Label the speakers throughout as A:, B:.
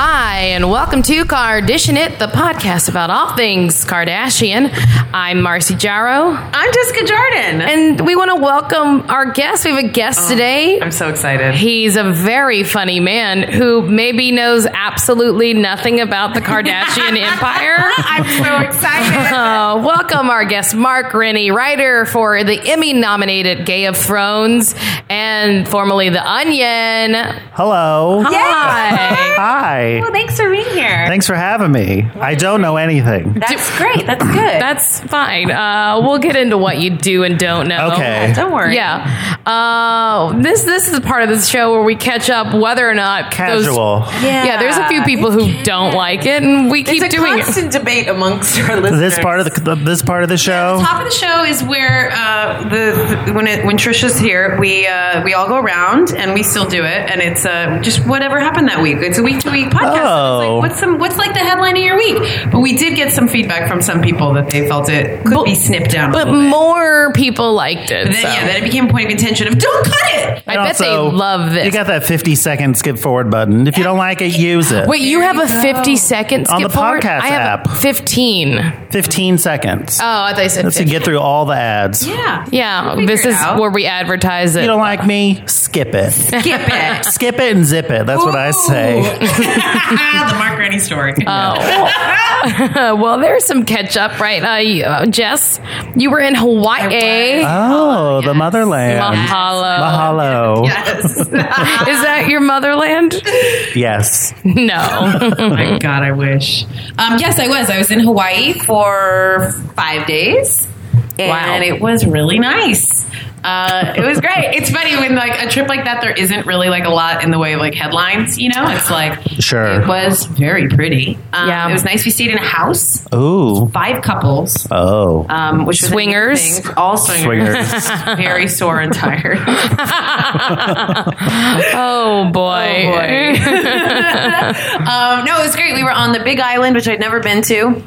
A: and welcome to Kardashian It, the podcast about all things Kardashian. I'm Marcy Jarrow,
B: I'm Jessica Jordan.
A: and we want to welcome our guest. We have a guest today.
B: I'm so excited.
A: He's a very funny man who maybe knows absolutely nothing about the Kardashian empire.
B: I'm so excited.
A: Uh, welcome our guest, Mark Rennie, writer for the Emmy nominated Gay of Thrones and formerly The Onion.
C: Hello.
A: Hi.
C: Hi.
B: well, thanks for being here.
C: Thanks for having me. I don't know anything.
B: That's great. That's good.
A: That's fine. Uh, we'll get into what you do and don't know.
C: Okay.
B: Don't worry.
A: Yeah. Uh, this this is the part of the show where we catch up whether or not those-
C: Casual.
A: yeah. there's a few people who don't like it, and we keep
B: It's a
A: doing it.
B: constant debate amongst our listeners.
C: This part of the this part of the show.
B: top of the show is where uh, the, the when it, when Trisha's here, we uh, we all go around and we still do it, and it's uh, just whatever happened that week. It's a week to week podcast. So it's
C: Oh.
B: like, what's some what's like the headline of your week? But we did get some feedback from some people that they felt it could be snipped down. a
A: But
B: little bit.
A: more people liked it.
B: then,
A: so.
B: yeah, then it became a point of contention of don't cut it.
A: I bet they love this.
C: You got that 50 second skip forward button. If you don't like it, use it.
A: Wait, you have a 50 second skip
C: On the
A: forward?
C: podcast
A: I have
C: app.
A: 15. Oh,
C: 15 seconds.
A: I thought you said
C: Let's
A: 15.
C: get through all the ads.
B: Yeah,
A: Oh, Yeah,
B: We'll
A: this
B: figure it
A: is
B: out.
A: where we advertise it.
C: You don't like me? Skip it.
B: skip it.
C: skip it and zip it. That's what I say. Oh.
B: the Mark Rennie story.
A: Uh, well, there's some catch up, right? Uh, you- uh, Jess, you were in Hawaii.
C: Oh, the motherland.
A: Mahalo.
C: Mahalo.
B: yes.
A: Is that your motherland?
C: Yes.
A: No.
B: Oh my god, I wish. Um, yes, I was. I was in Hawaii for five days, and
A: Wow.
B: it was really nice. Uh, it was great. It's funny when like a trip like that, there isn't really like a lot in the way of like headlines. You know, it's like
C: Sure.
B: It was very pretty. Um,
A: Yeah.
B: it was nice. We stayed in a house,
C: Ooh.
B: five couples,
C: Oh.
A: Uh,
B: um, which was a new
A: Swingers?
B: thing. all swingers,
C: Swingers.
B: very sore and tired.
A: Oh, boy.
B: um, no, it was great. We were on the Big Island, which I'd never been to,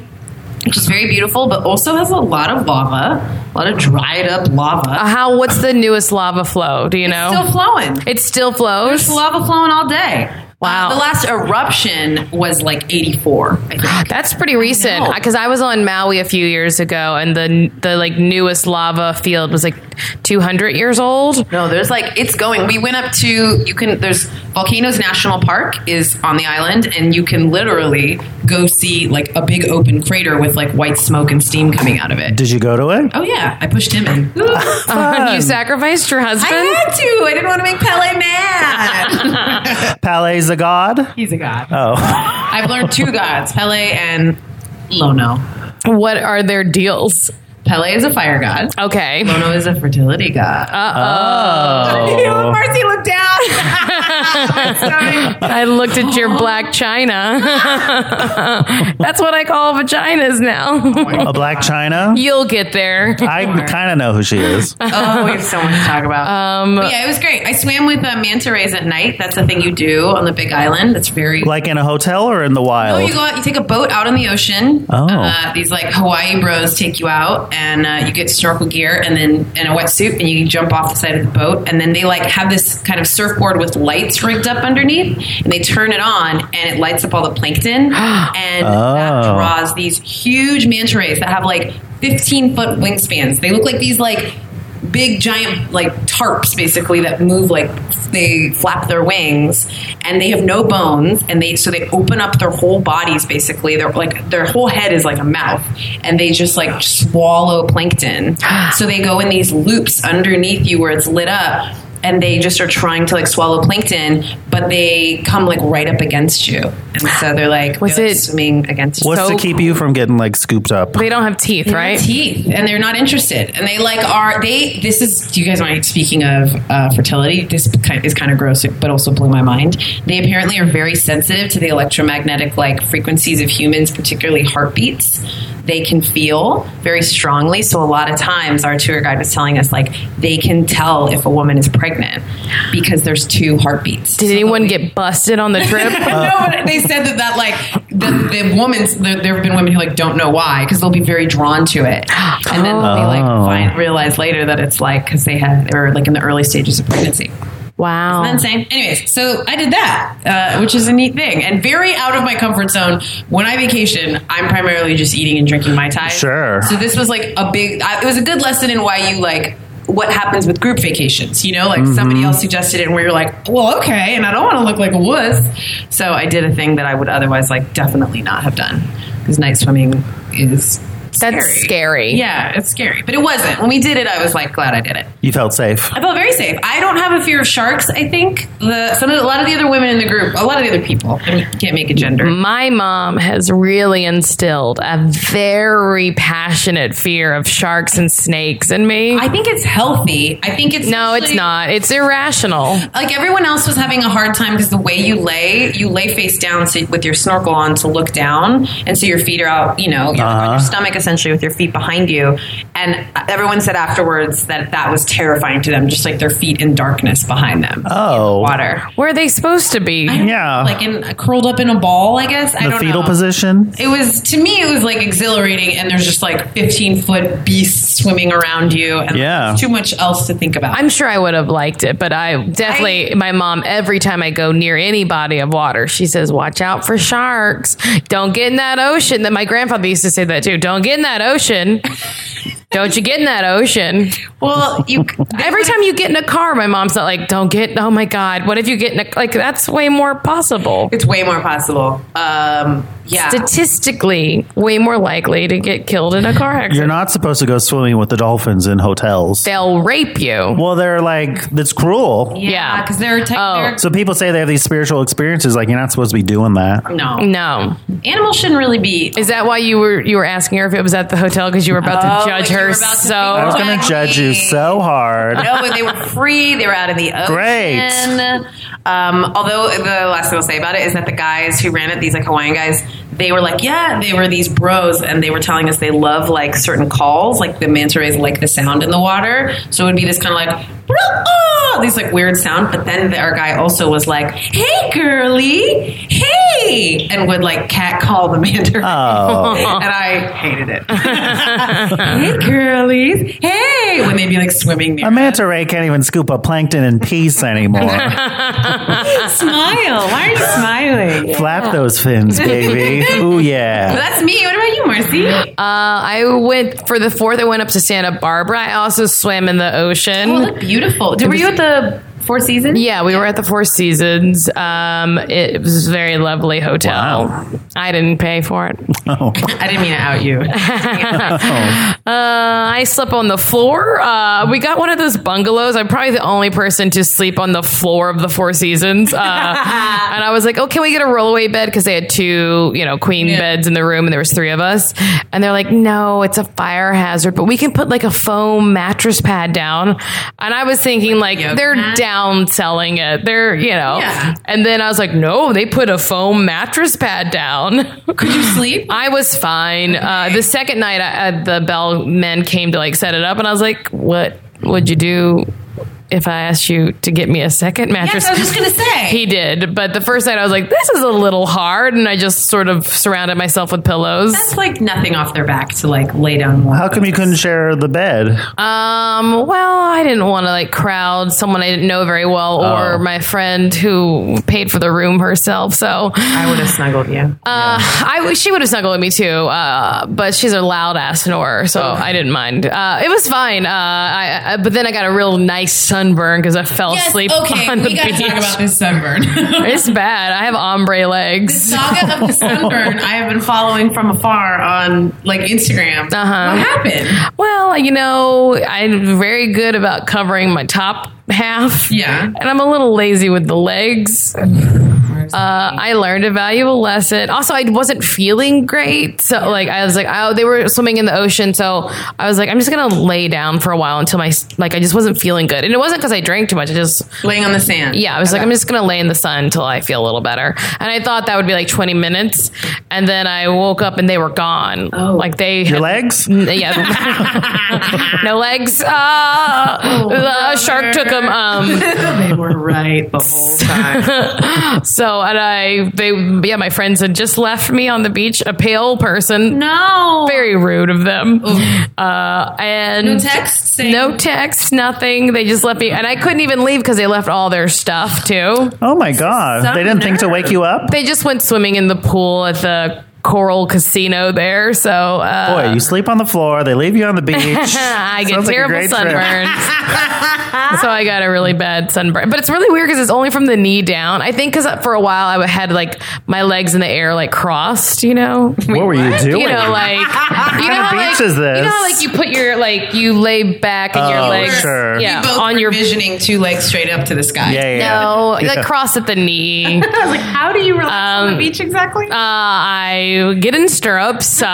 B: which is very beautiful, but also has a lot of lava, a lot of dried up lava.
A: How, what's the newest lava flow? Do you know?
B: Still flowing.
A: it still flows.
B: lava flowing all day.
A: Wow.
B: the last eruption was like 84, I think.
A: That's pretty recent
B: know.
A: because I, was on Maui a few years ago, and the the like newest lava field was like 200 years old.
B: No, there's like it's going. We went up to you can there's Volcanoes National Park is on the island and you can literally go see like a big open crater with like white smoke and steam coming out of it.
C: Did you go to it?
B: Oh yeah, I pushed him in.
A: you sacrificed your husband.
B: to. I didn't want to make Pele mad.
A: uh,
C: Palet's a god?
B: He's a god.
C: Oh.
B: I've learned two gods, Pele and Lono.
A: What are their deals?
B: Pele is a fire god.
A: Okay.
B: Lono is a fertility god.
C: Oh.
B: Marcy looked down.
A: I looked at your black china. That's what I call vaginas now.
C: A black china?
A: You'll get there.
C: I kind of know who she is.
B: oh, we have so much to talk about.
A: Um,
B: But yeah, it was great. I swam with uh, manta rays at night. That's a thing you do on the Big Island. That's very
C: Like in a hotel or in the
B: Oh,
C: wild?
B: you go out, you take a boat out on the ocean.
C: Oh.
B: Uh, these like Hawaii bros take you out, and uh, you get snorkel gear, and then and a wetsuit, and you jump off the side of the boat, and then they like have this kind of surfboard with lights rigged up underneath, and they turn it on, and it lights up all the plankton, and that
C: Oh.
B: draws these huge manta rays that have like 15 foot wingspans. They look like these like big giant like tarps basically that move like they flap their wings and they have no bones and they so they open up their whole bodies basically they're like their whole head is like a mouth and they just like swallow plankton so they go in these loops underneath you where it's lit up and they just are trying to like swallow plankton but they come like right up against you and so they're like
A: Was
B: they're, like,
A: it-
B: swimming against you
C: What's
A: So
C: to keep you from getting like scooped up?
A: they don't have teeth, right?
B: teeth and they're not interested and they like are they this is do you guys mind speaking of uh, fertility this kind is kind of gross but also blew my mind they apparently are very sensitive to the electromagnetic like frequencies of humans particularly heartbeats they can feel very strongly so a lot of times our tour guide was telling us like they can tell if a woman is pregnant because there's two heartbeats
A: Did anyone get busted on the trip?
B: no, but they said that that like the, the woman's there, there have been women who like don't know why because they'll be very drawn to it, and then they'll be like
C: Oh.
B: find, realize later that it's like because they had they were like in the early stages of pregnancy.
A: Wow.
B: Isn't that insane? Anyways, so I did that, uh, which is a neat thing and very out of my comfort zone. When I vacation, I'm primarily just eating and drinking my time.
C: Sure.
B: So this was like a big. I- It was a good lesson in why you like what happens with group vacations. You know, like somebody else suggested it, and we were like, well, okay, and I don't want to look like a wuss. So I did a thing that I would otherwise like definitely not have done because night swimming is.
A: That's scary.
B: Yeah, it's scary. But it wasn't. When we did it, I was like, glad I did it.
C: You felt safe.
B: I felt very safe. I don't have a fear of sharks. I think the some of the, a lot of the other women in the group, a lot of the other people. I mean, you can't make a gender.
A: My mom has really instilled a very passionate fear of sharks and snakes in me.
B: I think it's healthy. I think it's
A: no, it's
B: usually-
A: not. It's irrational.
B: Like everyone else was having a hard time because the way you lay, you lay face down so, with your snorkel on to look down, and so your feet are out. You know, you're on
C: Uh-huh.
B: your stomach essentially with your feet behind you. And everyone said afterwards that that was terrifying to them, just like their feet in darkness behind them,
C: Oh.
B: water.
A: Where are they supposed to be?
C: Yeah.
B: like in curled up in a ball. I guess I
C: the
B: don't
C: fetal
B: know.
C: position.
B: it was to me it was like exhilarating and there's just like 15 foot beasts swimming around you and
C: Yeah.
B: there's too much else to think about
A: I'm sure I would have liked it, but I definitely, my mom, every time I go near any body of water, she says, Watch out for sharks. Don't get in that ocean. That my grandfather used to say that too. Don't get in that ocean. Don't you get in that ocean.
B: well you
A: Every time you get in a car, my mom's not like, Don't get, oh my God, what if you get in a, like, that's way more possible.
B: it's way more possible um yeah
A: Statistically, way more likely to get killed in a car accident.
C: You're not supposed to go swimming with the dolphins in hotels.
A: They'll rape you.
C: Well, they're like, that's cruel.
A: yeah.
B: because they're, tech-
A: Oh.
B: they're-
C: So people say they have these spiritual experiences. Like, you're not supposed to be doing that.
B: no
A: No.
B: animals shouldn't really be
A: Is that why you were you were asking her if it was at the hotel because you were about
B: Oh,
A: to judge
B: you were
A: her
B: about to
A: so
C: I was
B: think-
C: going to
B: Exactly.
C: judge you so hard.
B: no, they were free. They were out in the ocean.
C: Great.
B: Um, although the last thing I'll say about it is that the guys who ran it, these like Hawaiian guys, they were like, yeah, they were these bros, and they were telling us they love like certain calls, like the manta rays like the sound in the water. So it would be this kind of like. "Ruh-uh," These like weird sound, but then our guy also was like, "Hey, girly, hey," and would like cat call the manta ray
C: Oh.
B: and I hated it. hey, girlies, hey, when they'd be like swimming near
C: A manta ray can't even scoop up plankton in peace anymore.
B: smile. Why are you smiling?
C: Flap those fins, baby. Ooh, yeah.
B: That's me. What about you, Marcy?
A: Uh, I went for the fourth. I went up to Santa Barbara. I also swam in the ocean.
B: oh, look beautiful. Did, were you at the Four Seasons?
A: yeah, we were at the Four Seasons. Um, it was a very lovely hotel.
C: Wow.
A: I didn't pay for it. Uh,
B: I didn't mean to out you.
A: Uh, I slept on the floor. Uh, we got one of those bungalows. I'm probably the only person to sleep on the floor of the Four Seasons. Uh, and I was like, "Oh, can we get a rollaway bed?" Because they had two, you know, queen
B: Yeah.
A: beds in the room, and there was three of us. And they're like, "No, it's a fire hazard, but we can put like a foam mattress pad down." And I was thinking, like,
B: yoga
A: they're
B: mat?
A: downselling it. They're, you know.
B: Yeah.
A: And then I was like, "No, they put a foam mattress pad down."
B: Could you sleep?
A: I was fine. Uh, the second night, I, uh, the bell men came to like set it up, and I was like, "What would you do if I asked you to get me a second mattress?"
B: Yes, I was just gonna say.
A: he did, but the first night I was like, "This is a little hard," and I just sort of surrounded myself with pillows.
B: That's like nothing off their back to like lay down one.
C: How come you couldn't share the bed?
A: Um, well, I didn't want to like crowd someone I didn't know very well, or
C: Oh.
A: my friend who paid for the room herself. So
B: I would have snuggled you.
A: Uh, I she would have snuggled with me too, uh, but she's a loud ass snorer, so
B: Oh.
A: I didn't mind. Uh, it was fine. Uh, I, I, but then I got a real nice sunburn because I fell asleep on the beach.
B: this sunburn.
A: it's bad. I have ombre legs.
B: Saga of the sunburn. I have been following from afar on like Instagram.
A: Uh-huh.
B: What happened?
A: Well, you know, I'm very good about covering my top half.
B: Yeah.
A: and I'm a little lazy with the legs. Uh, I learned a valuable lesson. Also, I wasn't feeling great, so like I was like, oh, they were swimming in the ocean, so I was like, I'm just gonna lay down for a while until my like I just wasn't feeling good, and it wasn't because I drank too much. I just
B: Laying on the sand.
A: yeah, I was like, I'm just gonna lay in the sun until I feel a little better, and I thought that would be like 20 minutes, and then I woke up and they were gone.
B: Oh.
A: Like they
C: Your legs?
A: yeah, no legs. Uh, the shark took them. Um,
B: they were right the whole time.
A: So and I they yeah, my friends had just left me on the beach, a pale person.
B: No.
A: Very rude of them. Uh, and
B: No text saying-
A: no text, nothing. They just left me, and I couldn't even leave because they left all their stuff too.
C: Oh my god!
B: Some
C: they didn't think to
B: nerve.
C: wake you up.
A: They just went swimming in the pool at the Coral Casino there. So uh,
C: Boy, you sleep on the floor. They leave you on the beach.
A: I get
C: Sounds like a
A: terrible
C: great trip.
A: sunburns. so I got a really bad sunburn. But it's really weird because it's only from the knee down. I think because for a while I had like my legs in the air like crossed, you know?
C: What were you doing?
A: You know, like you know
C: of
A: how, like,
C: beach is this?
A: you know how like you put your like you lay back and
C: Oh,
A: your legs
C: sure.
A: yeah,
B: both
A: on
B: were
A: your
B: visioning two legs straight up to the sky.
C: yeah, yeah, yeah.
A: no,
C: Yeah.
A: like cross at the knee. Uh,
B: I was like, how do you relax on the beach exactly?
A: I get in stirrups.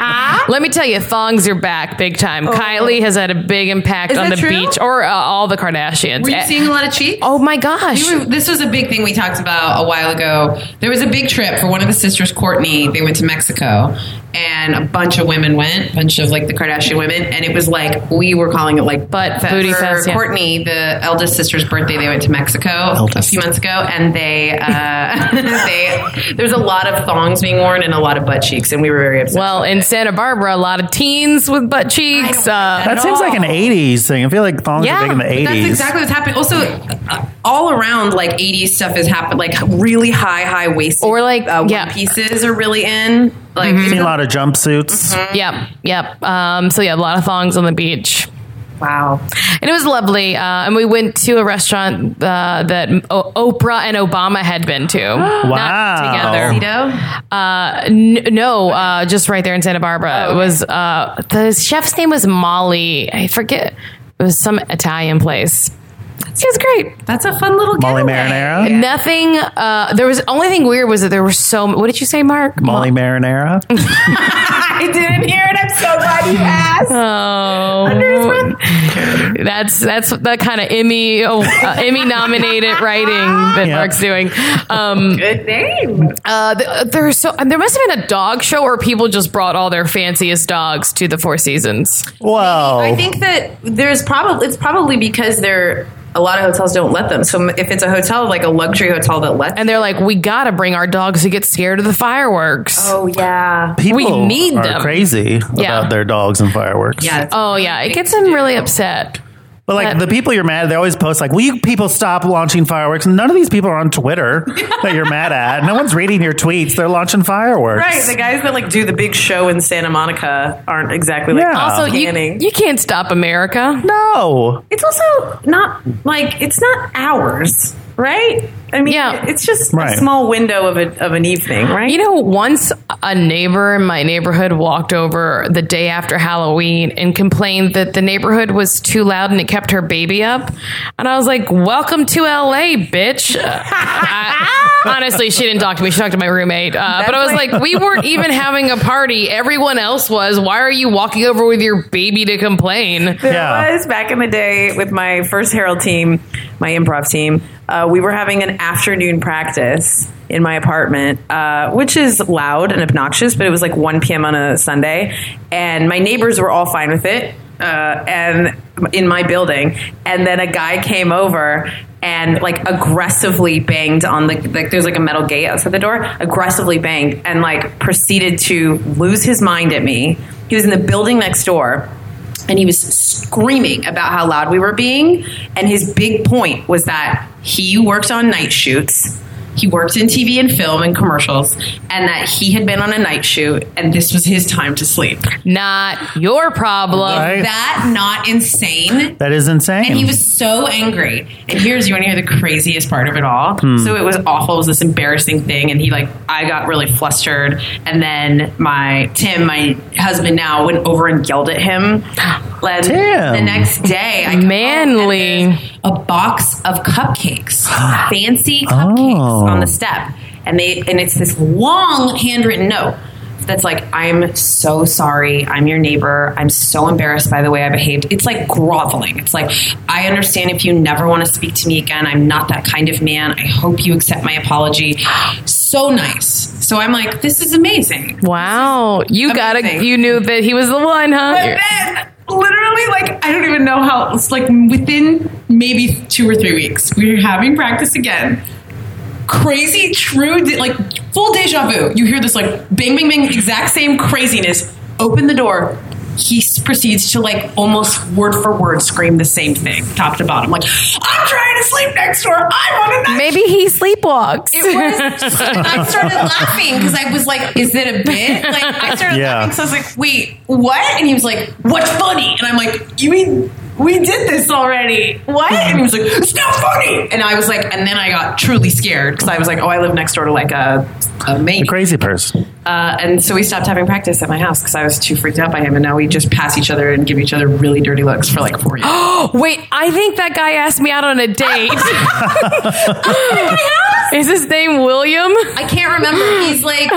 A: Uh, let me tell you, thongs are back big time. Kylie has had a big impact
B: Oh. Is
A: on
B: that
A: the
B: true?
A: beach or uh, all the Kardashians.
B: Were
A: Eh,
B: you seeing a lot of cheeks?
A: Oh my gosh.
B: We were- This was a big thing we talked about a while ago. There was a big trip for one of the sisters, Courtney. They went to Mexico, and a bunch of women went, a bunch of like the Kardashian women, and it was like we were calling it like
A: Butt
B: fe-
A: booty
B: for
A: fest, yeah.
B: Courtney, the eldest sister's birthday, they went to Mexico a
C: Eldest.
B: few months ago, and they uh, they there's a lot of thongs being worn and a lot of butt cheeks, and we were very upset.
A: Well, in Santa Barbara, a lot of teens with butt cheeks. Uh,
C: That seems like an '80s thing. I feel like thongs
A: Yeah,
C: are big in the
A: but
C: '80s.
B: That's exactly what's happening. Also, uh, all around, like 80s stuff is happening. Like really high, high waist.
A: Or, like,
B: uh, one
A: yeah.
B: pieces are really in. Like,
A: Mhm.
C: Seen a lot of jumpsuits.
A: yep, yep. Um, so yeah, a lot of thongs on the beach.
B: wow.
A: And it was lovely. Uh, and we went to a restaurant uh, that o- Oprah and Obama had been to.
C: Wow.
A: Not together.
B: Tito?
A: Uh, n- no, uh, just right there in Santa Barbara. It was uh, the chef's name was Molly. I forget. It was some Italian place. It was great.
B: That's a fun little
C: Molly
B: getaway.
C: Marinara.
A: Nothing. Uh, there was only thing weird was that there were so. What did you say, Mark?
C: Molly Marinara.
B: I didn't hear it. I'm so glad you asked.
A: Uh-huh. Oh, that's that's the kind of Emmy uh, Emmy nominated writing that
C: Yeah.
A: Mark's doing. Um,
B: Good name.
A: uh, th- there's so and there must have been a dog show where people just brought all their fanciest dogs to the Four Seasons.
C: Whoa.
B: I think that there's probably it's probably because there a lot of hotels don't let them. So if it's a hotel like a luxury hotel that lets,
A: And they're like, we gotta bring our dogs who get scared of the fireworks. Oh.
B: oh yeah,
C: People
A: we need
C: are
A: them.
C: crazy
A: Yeah.
C: about their dogs and fireworks.
B: yeah.
A: Oh, yeah, it gets them really upset.
C: But like the people you're mad at, they always post like, "Will you people stop launching fireworks?" None of these people are on Twitter that you're mad at. No one's reading your tweets. They're launching fireworks.
D: Right, the guys that like do the big show in Santa Monica aren't exactly like.
C: Yeah.
A: Also, you,
D: Canning.
A: you can't stop America.
C: No.
D: It's also not like it's not hours, right? I mean,
A: Yeah.
D: it's just
C: Right.
D: a small window of a, of an evening, right?
A: You know, once a neighbor in my neighborhood walked over the day after Halloween and complained that the neighborhood was too loud and it kept her baby up. And I was like, Welcome to LA, bitch. Uh, I- honestly, she didn't talk to me. She talked to my roommate. Uh, but I was like, We weren't even having a party. Everyone else was. Why are you walking over with your baby to complain?
D: There
C: Yeah.
D: was back in the day with my first Herald team, my improv team. Uh, we were having an afternoon practice in my apartment, uh, which is loud and obnoxious, but it was like 1 p.m. on a Sunday. And my neighbors were all fine with it uh, and in my building. And then a guy came over and like aggressively banged on the like there's like a metal gate outside the door aggressively banged and like proceeded to lose his mind at me he was in the building next door
B: and he was screaming about how loud we were being. And his big point was that he worked on night shoots. He worked in TV and film and commercials, and that he had been on a night shoot, and this was his time to sleep.
A: Not your problem.
C: Right.
B: That not insane.
C: That is insane.
B: And he was so angry. And here's you want to hear the craziest part of it all.
C: Hmm.
B: So it was awful. It was this embarrassing thing, and he like I got really flustered. And then my Tim, my husband now, went over and yelled at him. And
C: Tim.
B: The next day, I come home, and
A: Manly.
B: there's a box of cupcakes, fancy cupcakes
C: Oh.
B: on the step, and they and it's this long handwritten note that's like, "I'm so sorry. I'm your neighbor. I'm so embarrassed by the way I behaved." It's like groveling. It's like, "I understand if you never want to speak to me again. I'm not that kind of man. I hope you accept my apology." So nice. So I'm like, "This is amazing."
A: Wow. You gotta,
B: Amazing.
A: you knew that he was the one, huh?
B: And then, literally, like, I don't even know how, it's like within maybe two or three weeks, we were having practice again. crazy, true, de- like full deja vu. You hear this like bang, bang, bang, exact same craziness. Open the door. He s- proceeds to like almost word for word scream the same thing, top to bottom. Like, I'm trying to sleep next door. I'm on a night
A: Maybe he sleepwalks.
B: it was. I started laughing because I was like, "Is it a bit?" Like I started
C: Yeah.
B: laughing, so I was like, "Wait, what?" And he was like, "What's funny?" And I'm like, "You mean we did this already? What?" And he was like, "It's not funny." And I was like, and then I got truly scared because I was like, "Oh, I live next door to like a a mate,"
C: Crazy person.
B: uh, and so we stopped having practice at my house because I was too freaked out by him, and now we just pass each other and give each other really dirty looks for like four years.
A: Wait, I think that guy asked me out on a date. Is his name William?
B: I can't remember. He's like,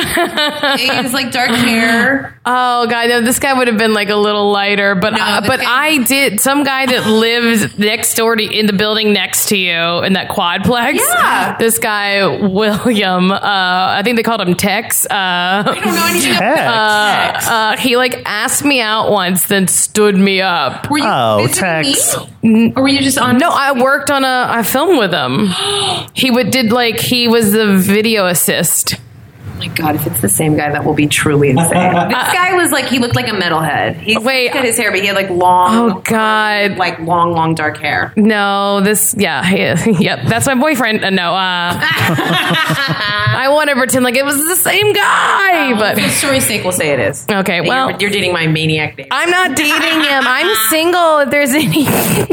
B: he's like dark hair.
A: Oh god, no, this guy would have been like a little lighter, but uh,
B: this
A: but
B: guy-
A: I did some guy that lives next door to in the building next to you in that quadplex.
B: Yeah.
A: This guy William, uh, I think they called him Tex. Uh,
B: I don't know anything about
C: Tex.
B: sex.
A: uh, he like asked me out once, then stood me up.
B: Were you
C: Oh,
B: physically
C: Tex.
B: mean? Or were you just on? Oh
A: No, I worked on a I film with him. He would did like he was the video assist.
B: Oh my god! If it's the same guy, that will be truly insane. this guy was like he looked like a metalhead. He
A: Wait.
B: cut his hair, but he had like long,
A: Oh god.
B: like long, long dark hair.
A: No, this, yeah, he- yep, that's my boyfriend. Uh, no, uh, I want to pretend like it was the same guy,
B: For
A: but
B: story's sake, we'll say it is.
A: okay, well,
B: Oh. you're, you're dating my maniac name.
A: I'm not dating him. I'm single. If there's any,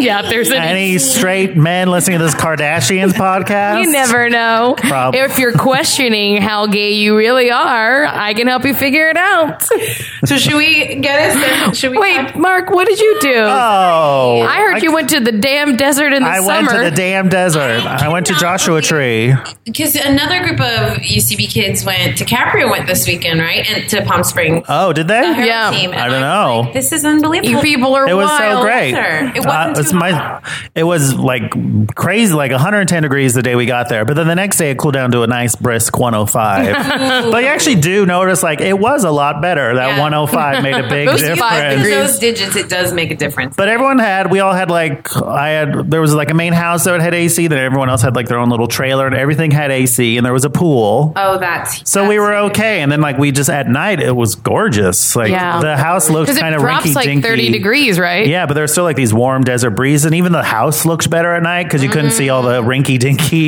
A: yeah, if there's any,
C: Any straight men listening to this Kardashians podcast?
A: you never know.
C: Prob-
A: If you're questioning how gay you really are, I can help you figure it out.
B: so should we get us? Should we?
A: Wait, Mark, what did you do?
C: Oh,
A: I heard you went to the damn desert in the
C: I
A: summer.
C: went to the damn desert. I went to
B: cannot
C: Joshua Tree.
B: Because another group of UCB kids went. DiCaprio went this weekend, right? And to Palm Springs.
C: Oh, did they?
B: Her
A: Yeah.
B: team. And
C: I don't
B: was
C: know.
B: like, this is unbelievable.
A: you people are
C: It was
A: wild.
C: so great.
B: It wasn't too
C: it's my, it was like crazy, like 110 degrees the day we got there. But then the next day it cooled down to a nice brisk 105. but you actually do notice like it was a lot better. That
B: Yeah.
C: 105 made a big
A: Those five
C: difference.
A: degrees.
B: those digits, it does make a difference.
C: But everyone had, we all had like, I had, there was like a main house that had AC, then everyone else had like their own little trailer, and everything had AC, and there was a pool.
B: oh, that's
C: so we were okay. And then like we just, at night, it was gorgeous. Like
A: Yeah.
C: the house looked
A: Because
C: kind
A: it
C: of
A: drops
C: rinky
A: like 30 degrees, right?
C: Yeah, but there were still like these warm desert breezes, and even the house looked better at night because you couldn't see all
A: Mm-hmm.
C: the rinky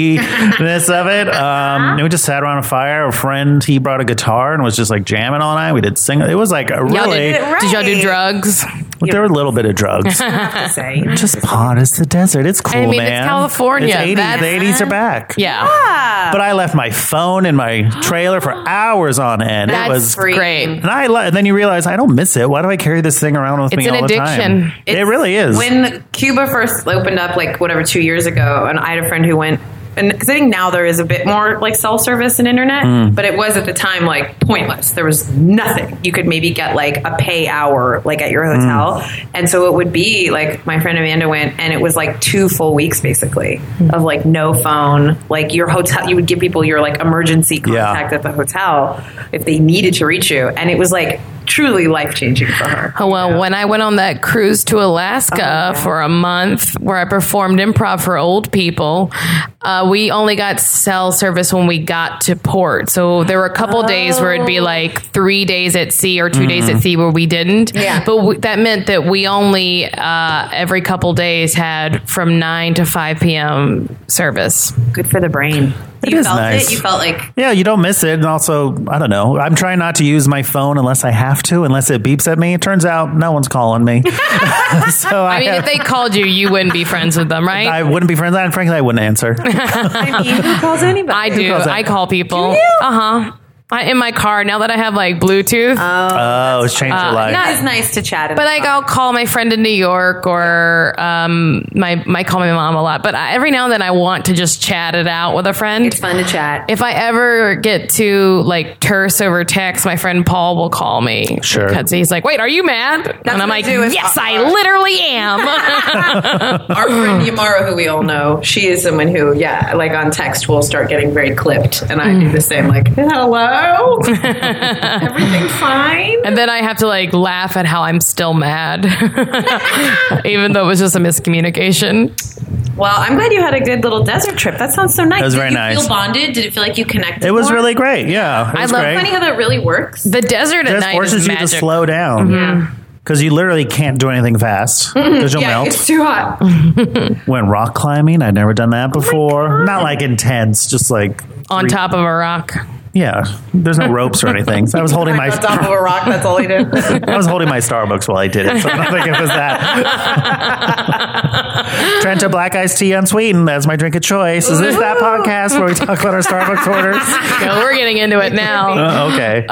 C: dinkiness of it.
A: Uh-huh.
C: Um, and we just sat around a fire. A friend he brought a guitar and was just like jamming all night. We did sing. It was like a
A: Y'all
C: really.
A: did,
B: it right.
A: did y'all do drugs?
C: There were a little bit of drugs.
B: to say.
C: just hot as the desert. It's cool,
A: I mean, it's
C: man.
A: California.
C: It's 80s.
A: That's-
C: the eighties are back.
A: Yeah.
C: But I left my phone in my trailer for hours on end.
A: That's
C: it was
A: great.
C: And I lo- and then you realize I don't miss it. Why do I carry this thing around with
A: It's
C: me
A: an
C: all the
A: addiction.
C: time? it really is.
D: When Cuba first opened up, like whatever, two years ago, and I had a friend who went, and because I think now there is a bit more like cell service and internet,
C: Hmm.
D: but it was at the time like pointless. There was nothing. You could maybe get like a pay hour like at your
C: Hmm.
D: hotel, and so it would be like my friend Amanda went, and it was like two full weeks basically of like no phone, like your hotel. You would give people your like emergency
C: Yeah.
D: contact at the hotel if they needed to reach you, and it was like truly life changing for her.
A: Oh, Well, when I went on that cruise to Alaska for a month where I performed improv for old people, uh, we only got cell service when we got to port. So there were a couple days where it'd be like three days at sea or two days at sea where we didn't.
D: Yeah.
A: But we, that meant that we only uh, every couple days had from 9 to 5 p.m. service.
D: Good for the brain.
C: It
B: you
C: is
B: felt
C: nice.
B: it. You felt like
C: Yeah, you don't miss it. And also, I don't know. I'm trying not to use my phone unless I have to, unless it beeps at me. It turns out no one's calling me. so I,
A: I mean, if
C: have-
A: they called you, you wouldn't be friends with them, right?
C: I wouldn't be friends. And frankly, I wouldn't answer.
D: I mean, who calls anybody?
A: I do.
C: calls that?
A: I call people. Uh huh. I, in my car now that I have like Bluetooth,
D: Uh,
C: oh, it's changed your life.
A: Uh, not-
D: It's nice to chat.
A: but like I'll call my friend in New York or um my my call my mom a lot. But I, every now and then I want to just chat it out with a friend.
D: it's fun to chat.
A: If I ever get to like terse over text, my friend Paul will call me.
C: Sure.
A: because he's like, "Wait, are you mad?" and I'm
D: what I
A: like,
D: do if-
A: "Yes, I literally am."
D: Our friend Yamara, who we all know, she is someone who, yeah, like on text will start getting very clipped, and I do the same. Like, hello, everything fine?
A: and then I have to like laugh at how I'm still mad, even though it was just a miscommunication.
D: Well, I'm glad you had a good little desert trip. That sounds so nice.
C: That was very
B: Did you
C: nice.
B: feel bonded? Did it feel like you connected?
C: It was
B: more?
C: really great. Yeah, it
A: I
C: was
A: love
C: great.
B: Funny how that really works.
A: The desert at
C: It
A: night
C: forces
A: is
C: you to
A: magic. Mm-hmm.
C: slow down. Cause you literally can't do anything fast. Cause you'll
B: Yeah,
C: melt.
B: it's too hot.
C: Went rock climbing. I'd never done that before. Not like intense, just like
A: Oh on
C: re-
A: top of a rock.
C: Yeah, there's no ropes or anything. So I was holding my
D: On top of a rock. That's all he did.
C: I was holding my Starbucks while I did it. So I don't think it was that. Trenta Black Iced Tea Unsweetened. That's my drink of choice. Is this that podcast where we talk about our Starbucks orders?
A: No, we're getting into it now.
C: Uh, okay.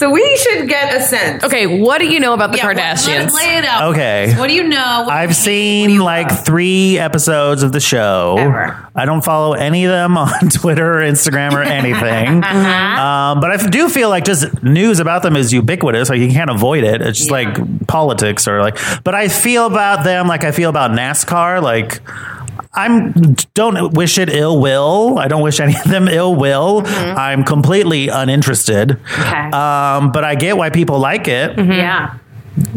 D: so we should get a sense.
A: Okay, what do you know about the
B: Yeah, well, let-
A: Kardashians?
B: Lay it out.
C: Okay.
B: What do you know? What
C: I've seen like three episodes of the show.
D: Ever.
C: I don't follow any of them on Twitter or Instagram or anything.
D: Uh-huh.
C: um, but I do feel like just news about them is ubiquitous. Like you can't avoid it. It's just like politics or like. But I feel about them like I feel about NASCAR. Like I'm don't wish it ill will. I don't wish any of them ill will. I'm completely uninterested.
D: Mm-hmm. Okay. Mm-hmm.
C: Um, but I get why people like it.
D: Yeah.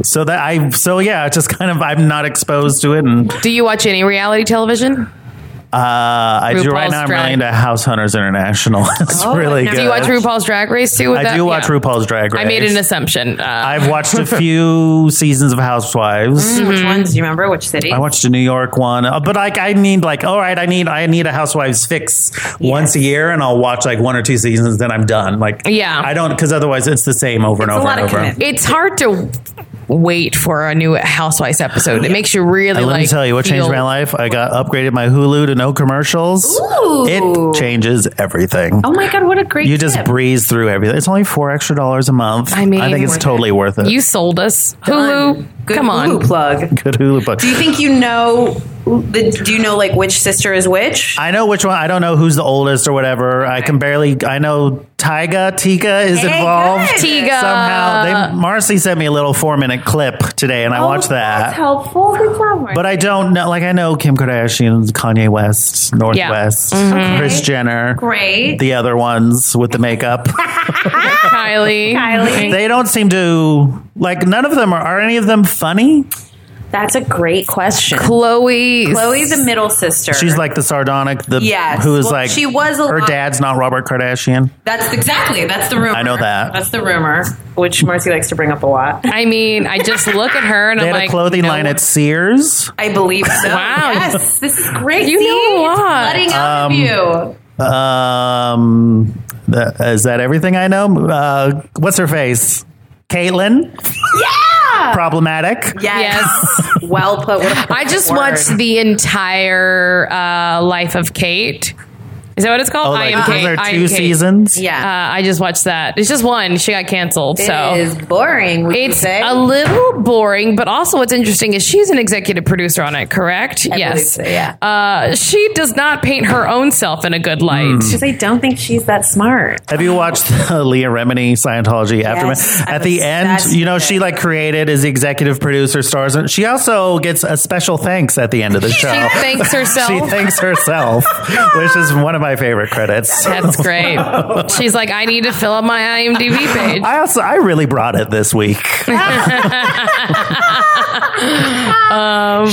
C: So that I so yeah, it's just kind of I'm not exposed to it and
A: Do you watch any reality television?
C: Uh, I do right
A: RuPaul's
C: now. I'm
A: Drag-
C: really into House Hunters International. it's really good.
A: Do you watch RuPaul's Drag Race too? With
C: I
A: that?
C: do watch
A: Yeah.
C: RuPaul's Drag Race.
A: I made an assumption. Uh,
C: I've watched a few seasons of Housewives.
A: Mm.
D: Which ones? Do you remember? Which city?
C: I watched a New York one, uh, but like I need like all right, I need I need a Housewives fix once a year, and I'll watch like one or two seasons, then I'm done. Like
A: Yeah.
C: I don't because otherwise it's the same over and
D: a
C: over
D: lot
C: and
D: of
C: over.
D: commitment.
A: it's hard to wait for a new Housewives episode. It makes you really
C: Let
A: like.
C: me tell you what changed
A: feel-
C: my life. I got upgraded my Hulu to no commercials. It changes everything.
D: oh my God, what a great
C: You just
D: tip.
C: breeze through everything. It's only four extra dollars a month.
A: I mean,
C: I think it's
A: worth
C: totally worth it.
A: You sold us
D: Done.
A: Hulu.
D: Good
A: Come on,
D: Hulu plug.
C: Good Hulu, but
D: Do you think you know? The, do you know like which sister is which?
C: I know which one. I don't know who's the oldest or whatever. I can barely. I know Tyga Tika is
D: Hey,
C: involved
D: good.
A: Tiga.
C: somehow. They, Marcy sent me a little four minute clip today, and I watched that.
D: helpful. Good job,
C: But I don't know. Like I know Kim Kardashian, Kanye West, Northwest, Chris Jenner,
D: Great.
C: the other ones with the makeup.
A: Kylie.
D: Kylie.
C: they don't seem to like. None of them are. Are any of them funny?
D: That's a great question.
A: Chloe.
D: Chloe's the middle sister.
C: She's like the sardonic, the
D: Yes.
C: who is
D: Well,
C: like
D: she was a
C: her
D: lot-
C: dad's not Robert Kardashian.
B: That's exactly. That's the rumor.
C: I know that.
B: That's the rumor.
D: which Marcy likes to bring up a lot.
A: I mean, I just look at her and
C: They
A: I'm
C: had
A: like,
C: a clothing
A: no.
C: line at Sears.
D: I believe so.
A: Wow.
D: Yes, this is great.
A: You
D: See?
A: know a
D: It's
A: lot.
D: Letting out of you.
C: Um, th- is that everything I know? Uh, what's her face? Caitlyn,
D: Yeah.
C: problematic.
A: Yes.
D: well put. What a
A: I just
D: word.
A: watched the entire uh, life of Kate. Is that what it's called?
C: Oh,
A: I
C: like,
A: am
C: wasn't
A: Kate.
C: there
A: I am
C: two
A: Kate.
C: seasons?
D: Yeah.
A: Uh, I just watched that. It's just one. She got canceled. so
D: it is boring. Would you
A: It's
D: say?
A: a little boring, but also what's interesting is she's an executive producer on it, correct? yes.
D: believe so, yeah.
A: Uh, she does not paint her own self in a good light.
C: Mm,
D: because I don't think she's that smart.
C: Have you watched the Leah Remini Scientology aftermath?
D: I'm
C: At the end,
D: obsessed
C: you know,
D: with
C: she
D: it.
C: like created as the executive producer, stars, and she also gets a special thanks at the end of the show.
A: She thanks herself.
C: She thanks herself, which is one of my favorite credits.
A: That's great. She's like, I need to fill up my IMDb page.
C: I also I really brought it this week.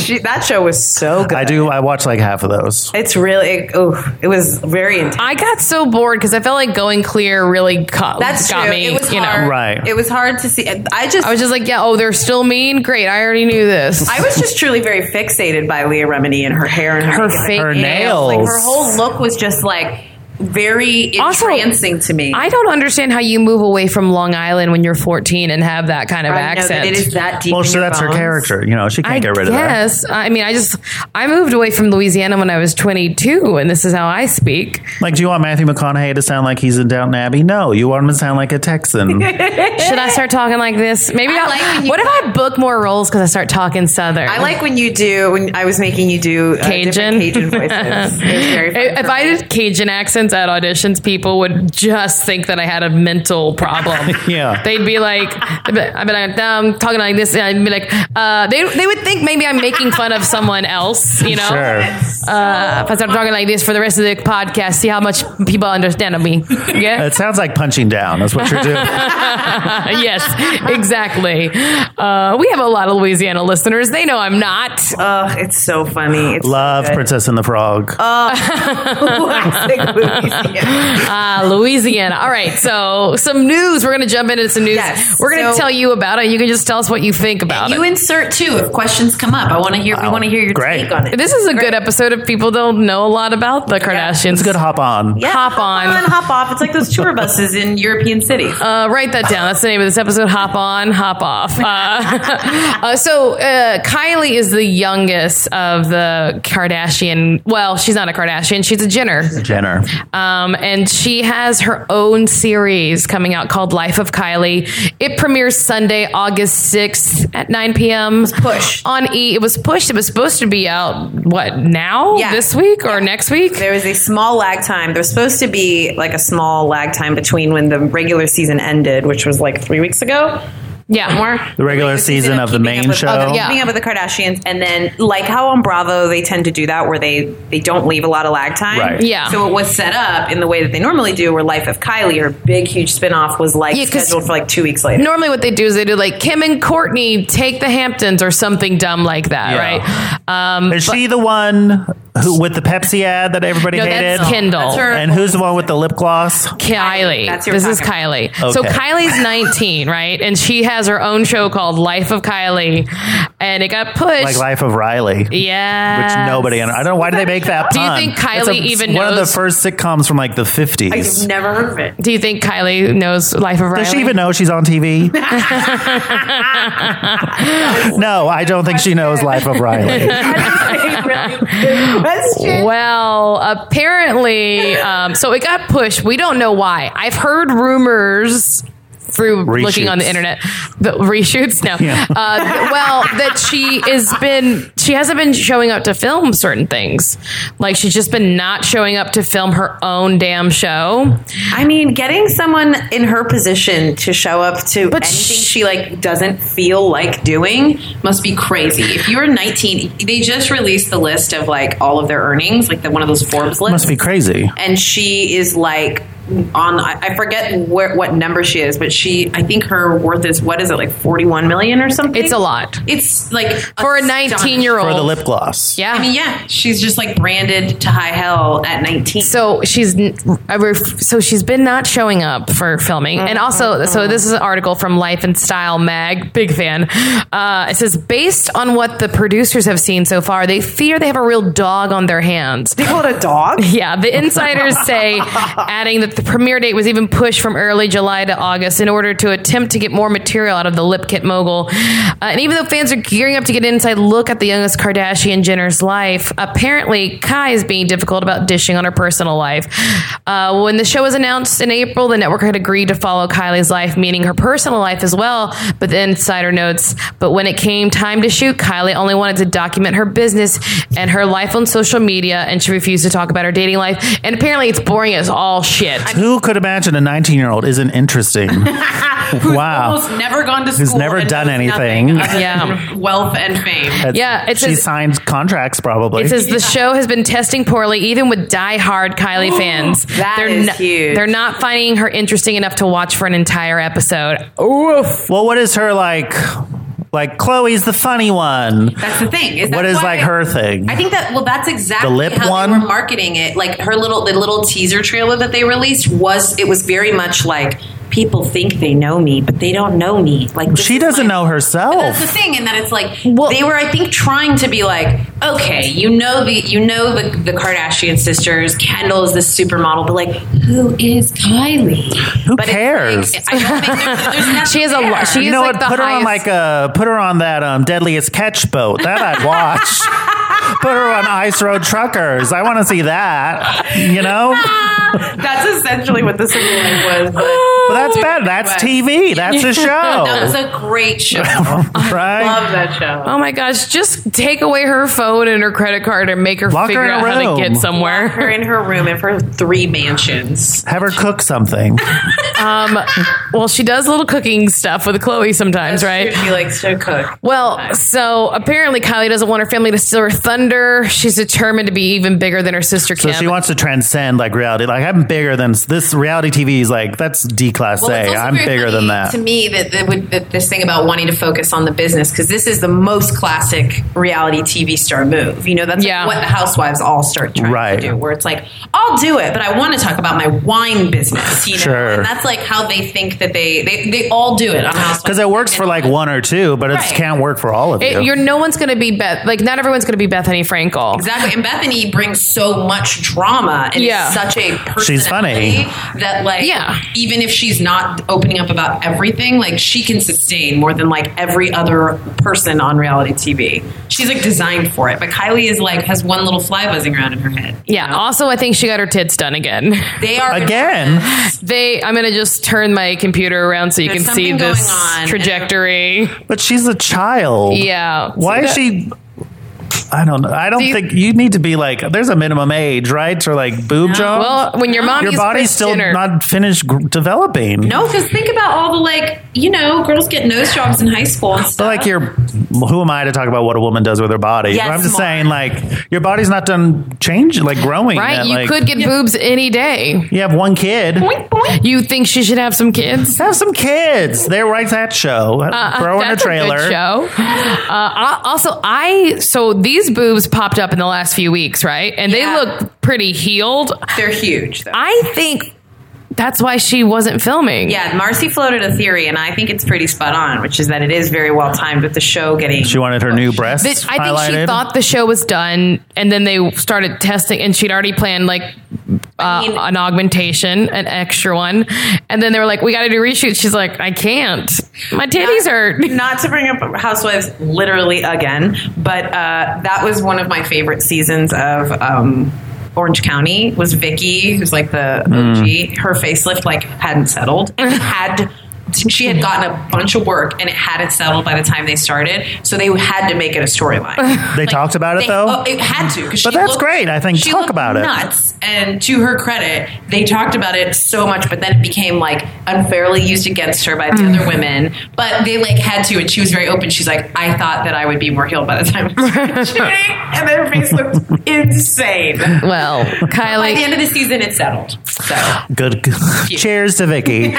D: She, that show was so good.
C: I do. I watch like half of those.
D: It's really. It, oh, it was very intense.
A: I got so bored because I felt like going clear really got,
D: That's
A: got
D: true.
A: me.
D: it was
A: you
D: hard.
A: know,
C: Right.
D: It was hard to see. I just.
A: I was just like, yeah, oh, they're still mean. Great, I already knew this.
D: I was just truly very fixated by Leah Remini and her hair and her,
A: her
D: makeup.
A: fake
C: Her
A: nails.
D: Like
C: nails.
D: her whole look was just like very
A: Also,
D: entrancing to me.
A: I don't understand how you move away from Long Island when you're 14 and have that kind of
D: I know
A: accent.
D: that it is that deep.
C: Well,
D: in
C: so
D: your
C: that's her
D: bones.
C: character. You know, she can't
A: I
C: get rid of that.
A: guess. I mean, I just I moved away from Louisiana when I was 22, and this is how I speak.
C: Like, do you want Matthew McConaughey to sound like he's in Downton Abbey? No, you want him to sound like a Texan.
A: Should I start talking like this? Maybe
D: I
A: not.
D: like when you-
A: what if I book more roles because I start talking Southern?
D: I like when you do when I was making you do uh, different
A: Cajun.
D: Cajun voices. It was very fun
A: If
D: for
A: I
D: me.
A: did Cajun accents, happens at auditions, people would just think that I had a mental problem.
C: Yeah.
A: They'd be like, I'd be, I'd be like, um, talking like this. And I'd be like, uh, they, they would think maybe I'm making fun of someone else, you know?
C: Sure.
A: Uh, if I start talking like this for the rest of the podcast, see how much people understand of me. Yeah.
C: It sounds like punching down. That's what you're doing.
A: yes, exactly. Uh, we have a lot of Louisiana listeners. They know I'm not.
D: Ugh, it's so funny. It's so
C: Love
D: good.
C: Princess and the Uh, Frog.
D: Classic Louisiana.
A: Ah, Louisiana. All right. So some news. We're going to jump into some news.
B: Yes.
A: We're going to
B: So-
A: tell you about it. You can just tell us what you think about
B: You
A: it.
B: insert too if questions come up. I want to hear. We
C: Wow.
B: want to hear your
C: Great.
B: take on it.
A: this is a good episode if people don't know a lot about the Kardashians.
C: It's good to hop on.
D: Yeah,
A: Hop on.
D: and hop off. It's like those tour buses in European cities.
A: Uh, write that down. That's the name of this episode. Hop on, hop off. Uh, uh, so uh, Kylie is the youngest of the Kardashian. Well, she's not a Kardashian. She's a Jenner.
C: Jenner.
A: Um, and she has her own series coming out called Life of Kylie. It premieres Sunday, August 6th at 9 p.m.
B: pushed.
A: On E. It was pushed. It was supposed to be out, what, now?
D: Yeah.
A: This week or next week?
D: There was a small lag time. There was supposed to be like a small lag time between when the regular season ended, which was like three weeks ago.
A: yeah.
D: More
C: The regular season of the
D: Keeping Up
C: main
D: with-
C: show.
D: of
A: Yeah.
D: Keeping up with the Kardashians, and then like how on Bravo they tend to do that, where they they don't leave a lot of lag time.
C: Right.
A: Yeah.
D: So it was set up in the way that they normally do, where Life of Kylie, her big huge spinoff, was like
A: Yeah, 'cause-
D: scheduled for like two weeks later.
A: Normally, what they do is they do like Kim and Courtney take the Hamptons or something dumb like that,
C: Yeah.
A: right? Um,
C: Is she the one who with the Pepsi ad that everybody
A: no,
C: hated?
A: that's Kendall.
D: That's her-
C: And who's the one with the lip gloss?
A: Kylie.
D: That's who we're
A: this is
D: talking
A: Kylie. So
C: Okay.
A: Kylie's 19, right? And she has her own show called Life of Kylie, and it got pushed.
C: Like Life of Riley. Which
A: yeah.
C: nobody, I don't know why did they make that
A: Do you
C: pun?
A: think
C: It's
A: Kylie even
C: one of
A: knows-
C: the first sitcoms from like the fifties?
D: I've never heard of it.
A: Do you think Kylie knows Life of Riley?
C: Does she even know she's on TV? no, I don't think she knows Life of Riley.
A: Well, apparently, um, so it got pushed. We don't know why. I've heard rumors through looking on the
C: Reshoots.
A: internet, the reshoots now.
C: Yeah.
A: Uh, th- well, that she has been, she hasn't been showing up to film certain things. Like she's just been not showing up to film her own damn show.
D: I mean, getting someone in her position to show up to
A: But
D: anything
A: sh-
D: she like doesn't feel like doing.
B: Must be crazy. If you were 19, they just released the list of like all of their earnings, like the one of those Forbes lists.
C: Must be crazy.
D: and she is like on I I forget where, what number she is, but she I think her worth is what is it like 41 million or something?
A: It's a lot.
B: It's like
A: For a
B: astonishing.
A: 19 year
C: For the
A: old.
C: lip gloss.
A: Yeah.
B: I mean, yeah, she's just like branded to high hell at 19.
A: so she's I ref- so she's been not showing up for filming and also so this is an article from life and style mag big fan uh, it says based on what the producers have seen so far they fear they have a real dog on their hands
D: They call it a dog.
A: yeah, the insiders say, adding that the premiere date was even pushed from early July to August in order to attempt to get more material out of the lip kit mogul. Uh, and even though fans are gearing up to get an inside look at the youngest Kardashian Jenner's life, apparently Kai is being difficult about dishing on her personal life. Uh, when the show was announced in April, the network had agreed to follow Kylie's life, meaning her personal life as well. But the insider notes, but when it came time to shoot, Kylie only wanted to document her business and her life on social media, and she refused to talk about her dating life. And apparently, it's boring as all shit.
C: Who could imagine a 19 year old isn't interesting? wow.
B: Almost never gone to school.
C: Who's never
B: and
C: done
B: knows
C: anything.
B: nothing other
A: Yeah.
B: than Wealth and fame.
A: Yeah, it
C: she
A: says-
C: signed contracts probably.
A: It says the show has been testing poorly, even with die-hard Kylie fans.
D: That is huge.
A: They're not finding her interesting enough to watch for an entire episode.
C: well, what is her like? Like Chloe's the funny one.
B: That's the thing. Is
C: What
B: that's
C: is
B: why
C: like
B: I-
C: her thing?
B: I think that well, that's exactly
C: The lip
B: how
C: one?
B: they were marketing it. Like her little the little teaser trailer that they released was it was very much like
D: People think they know me, but they don't know me. Like
C: she doesn't know herself.
A: Oh.
B: that's the thing, and that it's like they were, I think, trying to be like, okay, you know the you know the, the Kardashian sisters, Kendall is this supermodel, but like, who is Kylie?
C: Who
B: But it's
C: cares?
B: like, I don't think there's, there's nothing
A: She has a lot.
B: there.
A: She
C: you
A: is
C: know
A: like
C: what?
A: the
C: Put her on
A: highest-
C: like a put her on that um, deadliest catch boat. That I'd watch. put her on Ice Road Truckers. I want to see that. You know,
D: That's essentially what the simulator was. But
C: But that's bad. That's
B: Right.
C: TV. That's a
B: That was
C: show.
B: a great show.
C: right?
B: Love that show.
A: Oh my gosh, just take away her phone and her credit card and make her
C: Lock her
A: figure
C: in a
A: out how
C: room.
A: to get
B: Her
A: somewhere.
B: in her room in her three mansions.
C: Have her cook something.
A: well, she does little cooking stuff with Chloe sometimes, right?
B: She likes to cook.
A: Well, so apparently Kylie doesn't want her family to steal her thunder. She's determined to be even bigger than her sister
C: So
A: Kim.
C: she wants to transcend like reality. Like I'm bigger than this reality TV is like that's D class
B: Well, it's
C: A.
B: also
C: I'm
B: very
C: bigger
B: funny
C: than that.
B: To me, that, that would that this thing about wanting to focus on the business because this is the most classic reality TV star move. You know, that's like
A: Yeah.
B: what the housewives all start trying
C: Right.
B: to do. Where it's like, I'll do it, but I want to talk about my wine business. You know,
C: Sure.
B: and that's like how they think that they they, they all do it on housewives
C: Because it works for like one or two, but it
B: Right.
C: can't work for all of
A: It-
C: you.
A: you're no one's going to be Beth. Like not everyone's going to be Bethany Frankel.
B: Exactly, and Bethany brings so much drama, and
A: Yeah.
B: it's such a
C: She's funny.
B: personality that, like,
A: Yeah.
B: even if she's not opening up about everything, like she can sustain more than like every other person on reality TV. She's like designed for it, but Kylie is like has one little fly buzzing around in her head. you
A: Yeah.
B: know?
A: Also, I think she got her tits done again.
B: they are
C: Again,
A: They. I'm going to just turn my computer around so you
B: There's
A: can see
B: something going
A: this
B: on.
A: trajectory.
C: but she's a child.
A: yeah.
C: Why
A: So
C: is
A: that-
C: she? I don't know. I don't
A: Do you-
C: think you need to be like. There's a minimum age, right? To like boob job.
A: Well, when your mom
C: your
A: eats
C: body's
A: Chris
C: still
A: dinner,
C: not finished gr- developing.
B: No, because think about all the like you know girls get nose jobs in high school and
C: But
B: stuff.
C: like your, who am I to talk about what a woman does with her body?
B: Yes,
C: I'm just
B: Mark.
C: saying, like your body's not done changing, like growing.
A: right?
C: yet,
A: You
C: like,
A: could get boobs any day.
C: You have one kid.
A: You think she should have some kids?
C: Have some kids. There writes that show. Throw in a
A: Uh, That's good
C: trailer.
A: show. Uh, al- also, I so these boobs popped up in the last few weeks, right? And
B: Yeah.
A: they look pretty healed.
B: They're huge. Though.
A: I think that's why she wasn't filming.
B: yeah, Marcy floated a theory, and I think it's pretty spot on, which is that it is very well timed with the show getting.
C: She wanted her new breasts
A: That- I think
C: highlighted.
A: she thought the show was done, and then they started testing, and she'd already planned like uh,
B: mean-
A: an augmentation, an extra one, and then they were like, "We got to do reshoots." She's like, "I can't. My titties hurt."
D: Not to bring up
B: Housewives literally again, but uh, that was one of my favorite seasons of um, Orange County. Was Vicky, who's like the OG, her facelift like hadn't settled and had. She had gotten a bunch of work and it hadn't settled by the time they started, so they had to make it a storyline.
C: they talked about it
B: They-
C: though.
B: oh, it had to. 'cause
C: But
B: she
C: that's
B: looked-
C: great. I think
B: she
C: talk
B: looked
C: about it.
B: Nuts. And to her credit, they talked about it so much, but then it became like unfairly used against her by the
C: Mm.
B: other women. But they like had to, and she was very open. She's like, I thought that I would be more healed by the time. I was shooting," and then her face looked insane.
A: well,
B: By the
A: Kylie,
B: end of the season, it settled. So
C: Good. Cheers to Vicky.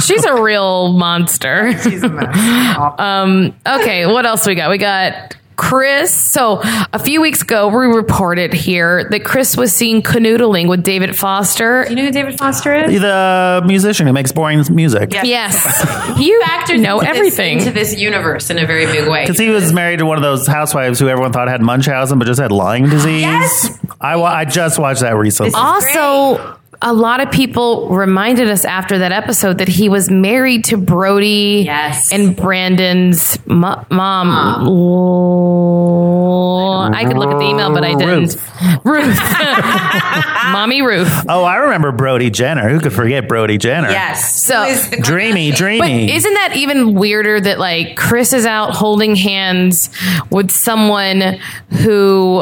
A: she's a real monster. Um,
B: she's a mess.
A: Okay, what else we got? We got Chris. So a few weeks ago, we reported here that Chris was seen canoodling with David Foster.
B: you know who David Foster is?
C: the musician who makes boring music.
B: Yeah.
A: Yes, you actors know
B: Into this-
A: everything.
B: into this universe in a very big way.
C: Because he was married to one of those housewives who everyone thought had Munchausen, but just had Lyme disease.
B: Yes!
C: I, wa- I just watched that recently.
A: also, a lot of people reminded us after that episode that he was married to Brody
B: Yes.
A: and Brandon's mo- mom. L- I could look at the email, but I didn't. Ruth. Mommy Ruth.
C: Oh, I remember Brody Jenner. Who could forget Brody Jenner?
B: Yes.
A: So-
B: Who is the
C: Dreamy,
A: But
C: dreamy.
A: isn't that even weirder that like Chris is out holding hands with someone who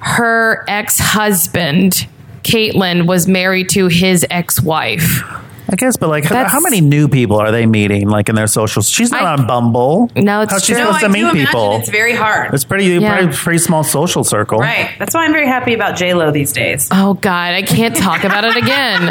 A: her ex husband, Caitlin, was married to his ex wife?
C: I guess, but like, how,
A: That's-
C: how many new people are they meeting, like in their social? She's not
A: I-
C: on Bumble.
A: No, it's
C: How's she
A: true.
C: supposed
B: No, I
C: to
B: do
C: meet
B: imagine
C: people?
B: It's very hard.
C: It's pretty,
A: Yeah.
C: pretty, pretty small social circle.
B: right.
D: That's why I'm very happy about J Lo these days.
A: Oh, God, I can't talk about it again.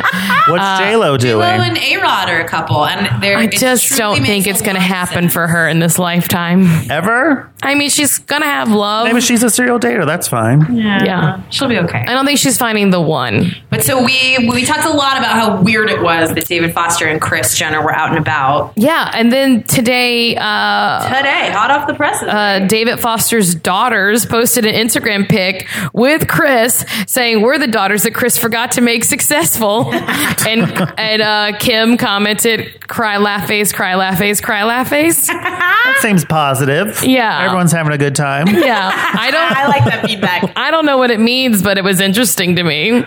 C: What's
A: Uh,
C: J Lo doing?
B: Willow and A Rod are a couple, and they're.
A: I
B: it
A: just
B: truly
A: don't
B: makes
A: think
B: a
A: it's going to
B: lot of
A: happen
B: sense.
A: for her in this lifetime.
C: Ever?
A: I mean, she's going to have love.
C: Maybe she's a serial dater. That's fine.
A: Um, yeah.
B: Um, She'll be okay.
A: I don't think she's finding the one.
B: But so we we talked a lot about how weird it was that David Foster and Chris Jenner were out and about
A: Yeah. And then today, uh,
B: today, hot off the presses.
A: uh, David Foster's daughters posted an Instagram pic with Chris saying, "We're the daughters that Chris forgot to make successful." and and uh, Kim commented, "Cry, laugh face, cry, laugh face, cry, laugh face."
C: That seems positive.
A: Yeah.
C: Everyone's having a good time.
A: Yeah, I don't.
B: I like that feedback.
A: I don't know what it means, but it was interesting to me.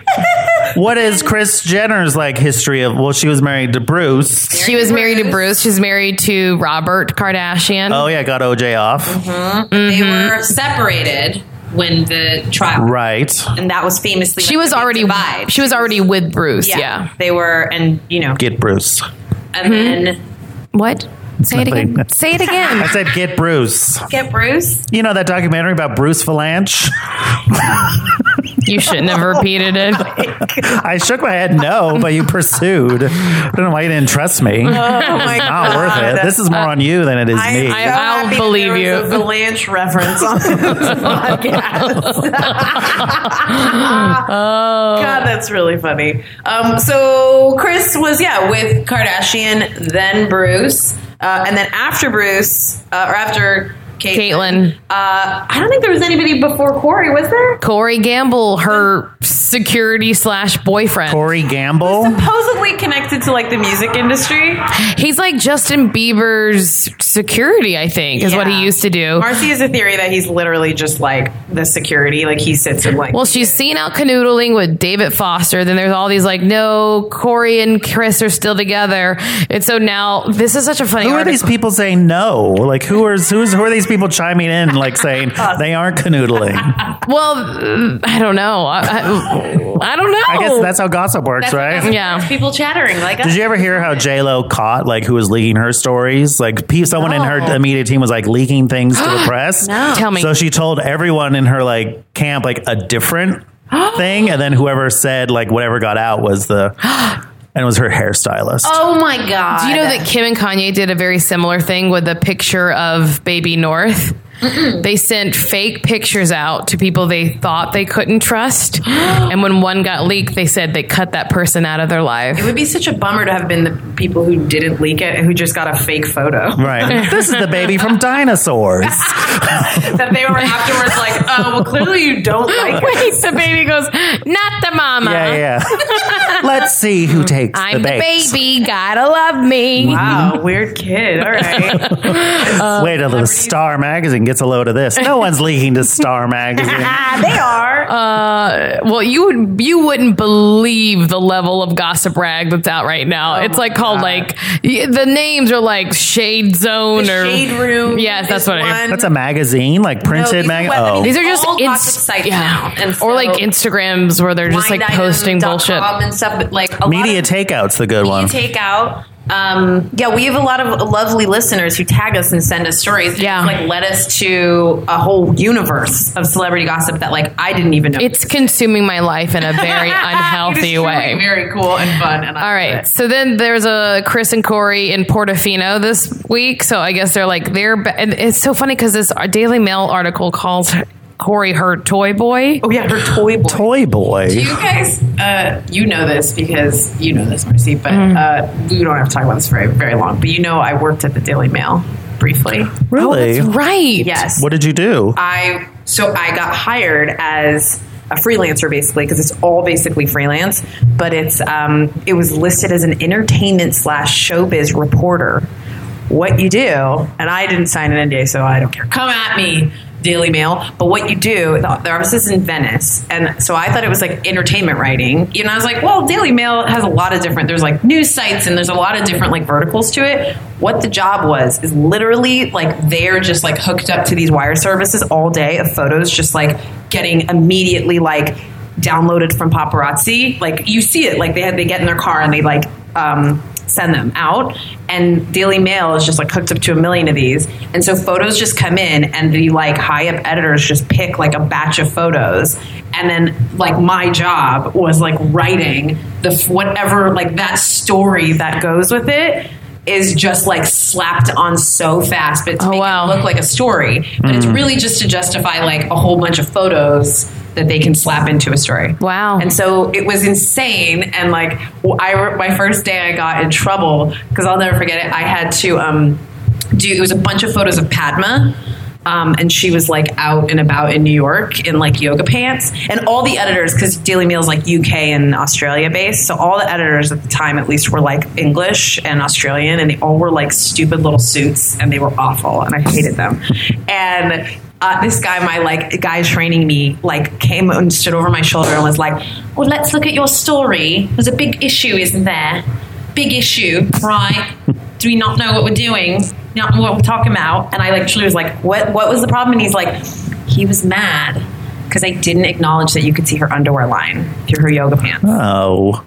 C: What is Chris Jenner's like history of? Well, she was married to Bruce.
A: She was married to Bruce. She's married to Robert Kardashian.
C: Oh yeah, got OJ off.
A: Mm-hmm.
D: They were separated when the trial,
C: Right.
D: and that was famously
A: she
D: like,
A: was
D: they
A: already
D: divide.
A: she was already with Bruce. Yeah.
D: they were, and you know,
C: Get Bruce.
D: and then
A: Mm-hmm. What? Say it again. Say it again.
C: I said get Bruce.
D: get Bruce.
C: You know that documentary about Bruce Valanche?
A: you shouldn't have repeated it.
C: I shook my head no, but you pursued. I don't know why you didn't trust me.
B: Oh my
C: Not worth it. This is more on you than it is me.
A: Uh, I- I'll
B: happy
A: believe
B: there was
A: you.
B: A Valanche reference on this podcast.
D: Oh.
A: Oh.
B: God, that's really funny.
D: Um, so Chris was yeah with Kardashian, then Bruce, uh, and then after Bruce uh, or after Kate.
A: Caitlyn,
D: Uh, I don't think there was anybody before Corey, was there?
A: Corey Gamble, her security slash boyfriend.
C: Corey Gamble.
B: Supposedly connected to like the music industry.
A: He's like Justin Bieber's security, I think, is what
B: Yeah.
A: he used to do.
B: Marcy has a theory that he's literally just like the security. Like he sits and like.
A: Well, she's seen out canoodling with David Foster. Then there's all these like, no, Corey and Chris are still together. And so now this is such a funny.
C: Who are
A: article.
C: these people saying no? Like who are who's who are these people chiming in like saying they aren't canoodling?
A: Well, mm, I don't know. I, I, I don't know.
C: I guess that's how gossip works, right?
A: yeah.
D: People chattering like
C: Did you ever hear how J Lo caught like who was leaking her stories? Like pe- someone in her immediate team was like leaking things to the press.
A: Tell me.
C: So she told everyone in her like camp like a different thing, and then whoever said like whatever got out was the and it was her hairstylist.
D: Oh my god!
A: Do you know that Kim and Kanye did a very similar thing with a picture of Baby North? They sent fake pictures out to people they thought they couldn't trust. and when one got leaked, they said they cut that person out of their life.
B: it would be such a bummer to have been the people who didn't leak it and who just got a fake photo.
C: Right. this is the baby from Dinosaurs.
A: Uh-uh.
B: that they were afterwards like, oh, well, clearly you don't like it.
A: Wait, the baby goes, not the mama.
C: Yeah, yeah. Let's see who takes
A: I'm the,
C: the bait.
A: baby. Gotta love me.
B: Wow, weird kid. All right.
C: Wait till the Star magazine gets a load of this. No one's leaking to Star magazine.
B: Ah, they are.
A: Well, you would you wouldn't believe the level of gossip rag that's out right now. it's like
C: Oh
A: called like y- the names are like Shade Zone or
B: Shade room.
A: Yes, that's
B: is
A: what I-
B: one.
C: That's a magazine, like printed
D: these are
C: magazine.
D: what-
C: Oh,
A: These are just
D: All
A: ins-
D: gossip sites now, and
A: or
D: so-
A: like Instagrams where they're just like posting bullshit.
D: WineDitem.com and stuff. But like a
C: media
D: lot of
C: takeout's the good one.
D: media takeout. Um, yeah, we have a lot of lovely listeners who tag us and send us stories.
A: Yeah.
D: like led us to a whole universe of celebrity gossip that like I didn't even know.
A: It's consuming my life in a very
D: It is
A: unhealthy
D: truly
A: way.
D: Very cool and fun. And I
A: All
D: love
A: right.
D: it.
A: So then there's a Chris and Corey in Portofino this week. So I guess they're like they're. ba- And it's so funny because this Daily Mail article calls Corey her toy boy.
B: oh, yeah, her toy boy.
C: Toy boy.
D: You guys, uh, you know this because you know this, Marcy, but
A: Mm-hmm.
D: uh, we don't have to talk about this for very long. But you know, I worked at the Daily Mail briefly.
A: Oh,
C: Really?
A: Right.
D: Yes.
C: What did you do?
B: I so I got hired as a freelancer basically because it's all basically freelance, but it's um, it was listed as an entertainment slash showbiz reporter. What you do, and I didn't sign an NDA, so I don't care. Come at me, Daily Mail. But what you do, the, the office is in Venice, and so I thought it was like entertainment writing. You know, I was like, well, Daily Mail has a lot of different. There's like news sites, and there's a lot of different like verticals to it. What the job was is literally like they're just like hooked up to these wire services all day of photos, just like getting immediately like downloaded from paparazzi. Like you see it, like they had they get in their car and they like um, send them out. And Daily Mail is just like hooked up to a million of these, and so photos just come in, and the like high up editors just pick like a batch of photos, and then like my job was like writing the f- whatever like that story that goes with it is just like slapped on so fast, but to
A: Oh,
B: make
A: wow.
B: it look like a story.
D: But it's really just to justify like a whole bunch of photos that they can slap into a story.
A: Wow.
B: And so it was insane. And like, w- I my first day, I got in trouble because I'll never forget it. I had to um, do it was a bunch of photos of Padma. Um, and she was like out and about in New York in like yoga pants, and all the editors because Daily Mail's like UK and Australia based, so all the editors at the time at least were like English and Australian, and they all were like stupid little suits, and they were awful, and I hated them. And uh, this guy, my like guy training me, like came and stood over my shoulder and was like, "Well, let's look at your story. There's a big issue, isn't there? Big issue, right? Do we not know what we're doing? Not know what we're talking about?" And I like truly was like, "What? What was the problem?" And he's like, "He was mad." Because I didn't acknowledge that you could see her underwear line through her yoga pants
C: Oh.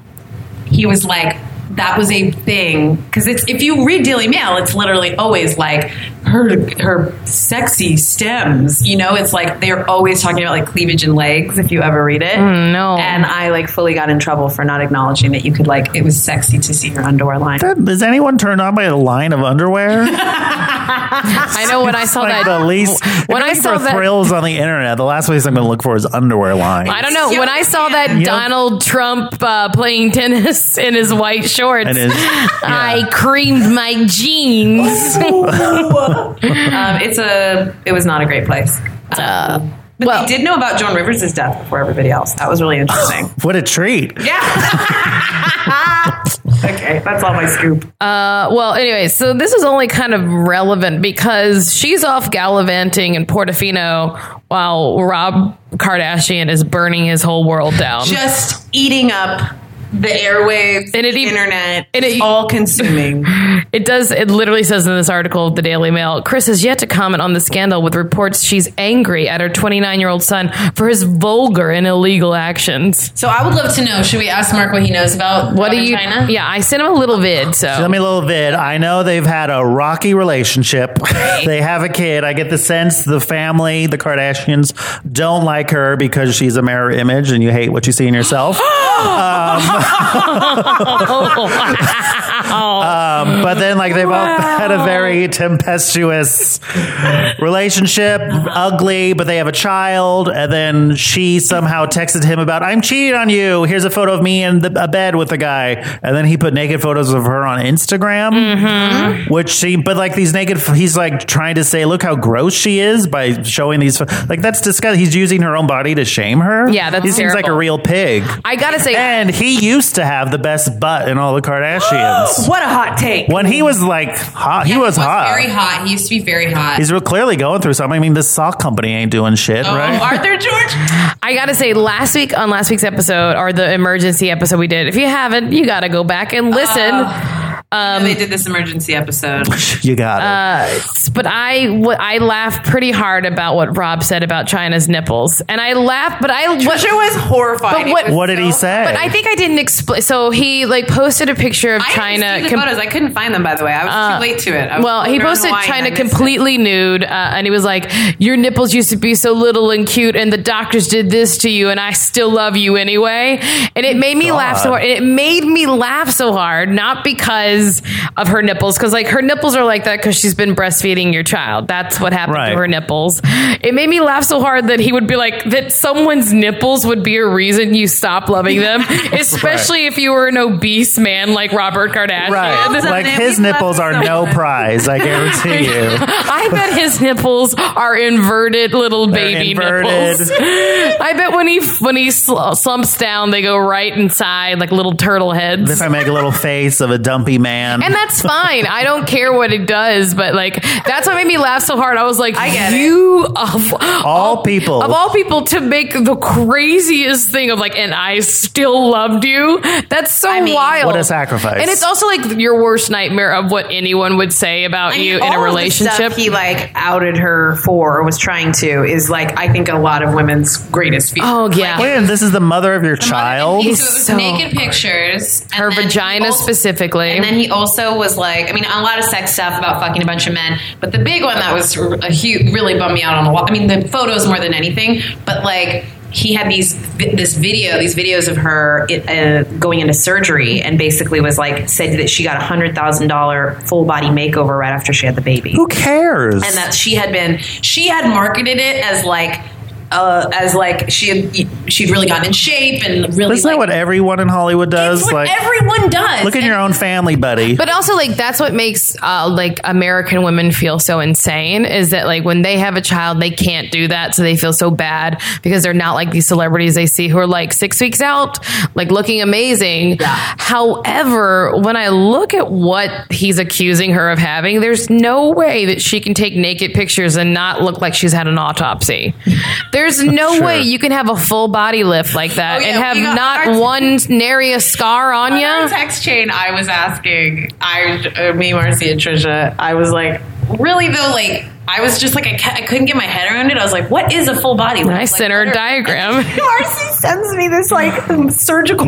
B: he was like that was a thing because it's if you read Daily Mail, it's literally always like her her sexy stems. You know, it's like they're always talking about like cleavage and legs if you ever read it.
A: no.
B: and I like fully got in trouble for not acknowledging that you could like it was sexy to see her underwear line.
C: Is anyone turned on by a line of underwear?
A: I know when I saw
C: like
A: that.
C: the least.
A: when
C: if
A: I
C: you're
A: saw
C: for
A: that-
C: thrills on the internet, the last place I'm going to look for is underwear line.
A: I don't know. When I saw that
C: Yep.
A: Donald Trump uh, playing tennis in his white shorts,
C: And is-
A: I creamed my jeans.
B: Um, it's a it was not a great place.
A: Uh,
B: But
A: well,
B: they did know about Joan Rivers' death before everybody else. That was really interesting.
C: what a treat.
B: okay, that's all my scoop.
A: uh, well, anyway, so this is only kind of relevant because she's off gallivanting in Portofino while Rob Kardashian is burning his whole world down.
B: Just eating up the airwaves,
A: And it
B: the
A: e-
B: internet,
A: and it-
B: all consuming.
A: It does. It literally says in this article of the Daily Mail, Chris has yet to comment on the scandal with reports she's angry at her 29 year old son for his vulgar and illegal actions.
B: So I would love to know. Should we ask Mark what he knows about
A: What
B: what
A: do you?
B: China?
A: Yeah, I sent him a little vid. So
C: Let me a little vid. I know they've had a rocky relationship. they have a kid. I get the sense the family, the Kardashians, don't like her because she's a mirror image and you hate what you see in yourself. Um, but then, like, they've all had a very tempestuous relationship, ugly, but they have a child. And then she somehow texted him about, I'm cheating on you. Here's a photo of me in the, a bed with a guy. And then he put naked photos of her on Instagram,
A: Mm-hmm.
C: which she, but like these naked, he's like trying to say, look how gross she is by showing these. pho- Like, that's disgusting. He's using her own body to shame her.
A: Yeah, that's
C: He seems like
A: terrible.
C: a real pig.
A: I gotta say,
C: and he used to have the best butt in all the Kardashians.
D: What a hot take.
C: When he was like hot, he was, hot.
B: Very hot. He used to be very hot.
C: He's real clearly going through something. I mean, this sock company ain't doing shit,
B: Oh,
C: right?
B: Arthur George.
A: I gotta say, last week on last week's episode or the emergency episode we did, if you haven't, you gotta go back and listen.
B: they did this emergency episode.
C: you got it.
A: but I, w- I laughed pretty hard about what Rob said about China's nipples, and I laughed. But I, what,
D: Trisha was horrified.
A: But what-
C: What did he say?
A: But I think I didn't explain. So he like posted a picture of China.
B: I didn't see the
A: com- Uh,
B: photos. I couldn't find them, by the way. I was too late to it. I was
A: well, he
B: over in
A: posted
B: Hawaii and I
A: China
B: missed it.
A: completely nude, uh, and he was like, "Your nipples used to be so little and cute, and the doctors did this to you, and I still love you anyway." And it made me laugh so
C: God.
A: hard. And it made me laugh so hard, not because of her nipples, because like her nipples are like that because she's been breastfeeding your child. That's what happened
C: Right.
A: to her nipples. It made me laugh so hard that he would be like that. Someone's nipples would be a reason you stop loving them, especially if you were an obese man like Robert Kardashian.
C: right. Like
B: something.
C: his
B: We love
C: nipples are no prize, I guarantee you.
A: I bet his nipples are inverted little baby
C: inverted.
A: nipples. I bet when he when he sl- slumps down, they go right inside like little turtle heads.
C: If I make a little face of a dumpy man.
A: And that's fine. I don't care what it does, but like that's what made me laugh so hard. I was like,
B: get it.
A: you of
C: all people.
A: of all people to make the craziest thing of like, and I still loved you. That's so
B: mean,
A: wild.
C: What a sacrifice.
A: And it's also like your worst nightmare of what anyone would say about you in a
B: All of the
A: relationship.
B: stuff he like outed her for, or was trying to, is like I think a lot of women's greatest fear.
A: oh yeah.
C: Wait, and this is the mother of your child?
B: So it was
A: So-
B: naked pictures. and
A: her
B: then he
A: vagina
B: also-
A: specifically.
B: And then he also was like, I mean, a lot of sex stuff about fucking a bunch of men, but the big one that was a huge, really bummed me out on the wall. I mean, the photos more than anything, but like he had these this video, these videos of her uh, going into surgery, and basically was like said that she got a hundred thousand dollar full body makeover right after she had the baby
C: Who cares?
B: and that she had been she had marketed it as like uh, as like she had she'd really gotten in shape and really.
C: Isn't that
B: like-
C: what everyone in Hollywood does?
B: It's what
C: like,
B: everyone does.
C: look at
B: And
C: your own family, buddy.
A: But also, like that's what makes uh, like American women feel so insane is that like when they have a child, they can't do that, so they feel so bad because they're not like these celebrities they see who are like six weeks out, like looking amazing. However, when I look at what he's accusing her of having, there's no way that she can take naked pictures and not look like she's had an autopsy. There's no
C: Sure.
A: way you can have a full body lift like that
B: Oh, yeah,
A: and have
B: we got
A: not
B: our-
A: one nary a scar on
D: On our
A: you.
D: text chain, I was asking, I, uh, me, Marcy, and Trisha, I was like,
B: really though, like I was just like I, ca- I couldn't get my head around it. I was like, what is a full body?
A: I sent her a diagram.
D: Marcy sends me this like surgical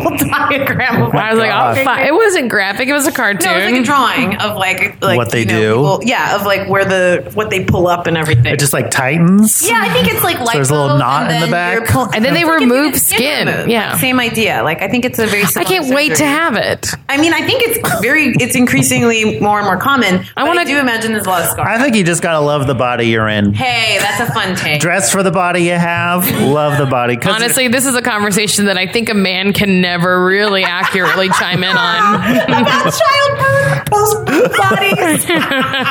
D: diagram. Of
A: I was like,
C: God.
A: oh, fine. It wasn't graphic. It was a cartoon.
D: No, it's like a drawing of like, like
C: What they
D: you know,
C: do.
D: people- yeah, of like where the what they pull up and everything.
C: it just like tightens.
D: yeah, I think it's like
C: there's a little
B: lipo
C: knot
B: and
C: in the
B: then
C: back.
B: you're pull-
A: and then they remove skin. Yeah.
D: same idea. Like I think it's a very.
A: I can't
D: similar
A: wait to
D: surgery.
A: have it.
D: I mean, I think it's very. It's increasingly more and more common. I want
A: wanna-
D: to do imagine there's a lot of scars.
C: I think you just gotta love the body you're in.
D: hey, that's a fun take.
C: Dress for the body you have. Love the body. 'Cause
A: Honestly, this is a conversation that I think a man can never really accurately chime in on.
D: childbirth, post bodies.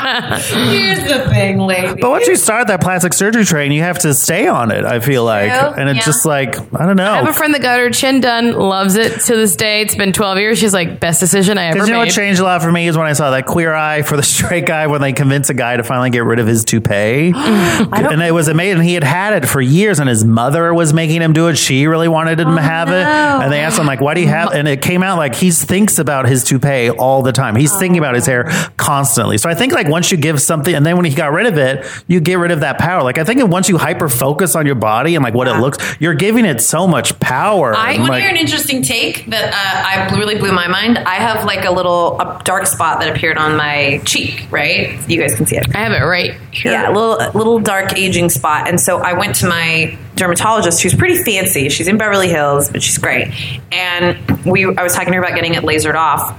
B: Here's the thing, lady.
C: But once you start that plastic surgery train, you have to stay on it. I feel like,
B: True,
C: and it's
B: yeah.
C: just like I don't
A: I have a
C: know.
A: friend that got her chin done, loves it to this day. It's been 12 years. She's like, best decision I ever
C: Because
A: made.
C: you know what changed a lot for me is when I saw that queer eye for the straight guy when they convince a guy to finally get rid of his toupee, and it was amazing. He had had it for years, and his mother was making him do it. She really wanted him to
B: Oh,
C: have it, and they asked him like, "Why do you have?" And it came out like he thinks about his toupee all the time. He's thinking about his hair constantly. So I think like once you give something, and then when he got rid of it, you get rid of that power. Like I think that once you hyper focus on your body and like what it looks, you're giving it so much power.
A: I
C: And,
B: Want to
C: like-
B: hear an interesting take that uh, I blew- really blew my mind? I have like a little a dark spot that appeared on my cheek, right? You guys can see it.
A: I have it right here.
D: Yeah, a little a little dark aging spot. And so I went to my dermatologist who's pretty fancy. She's in Beverly Hills, but she's great. And we I was talking to her about getting it lasered off.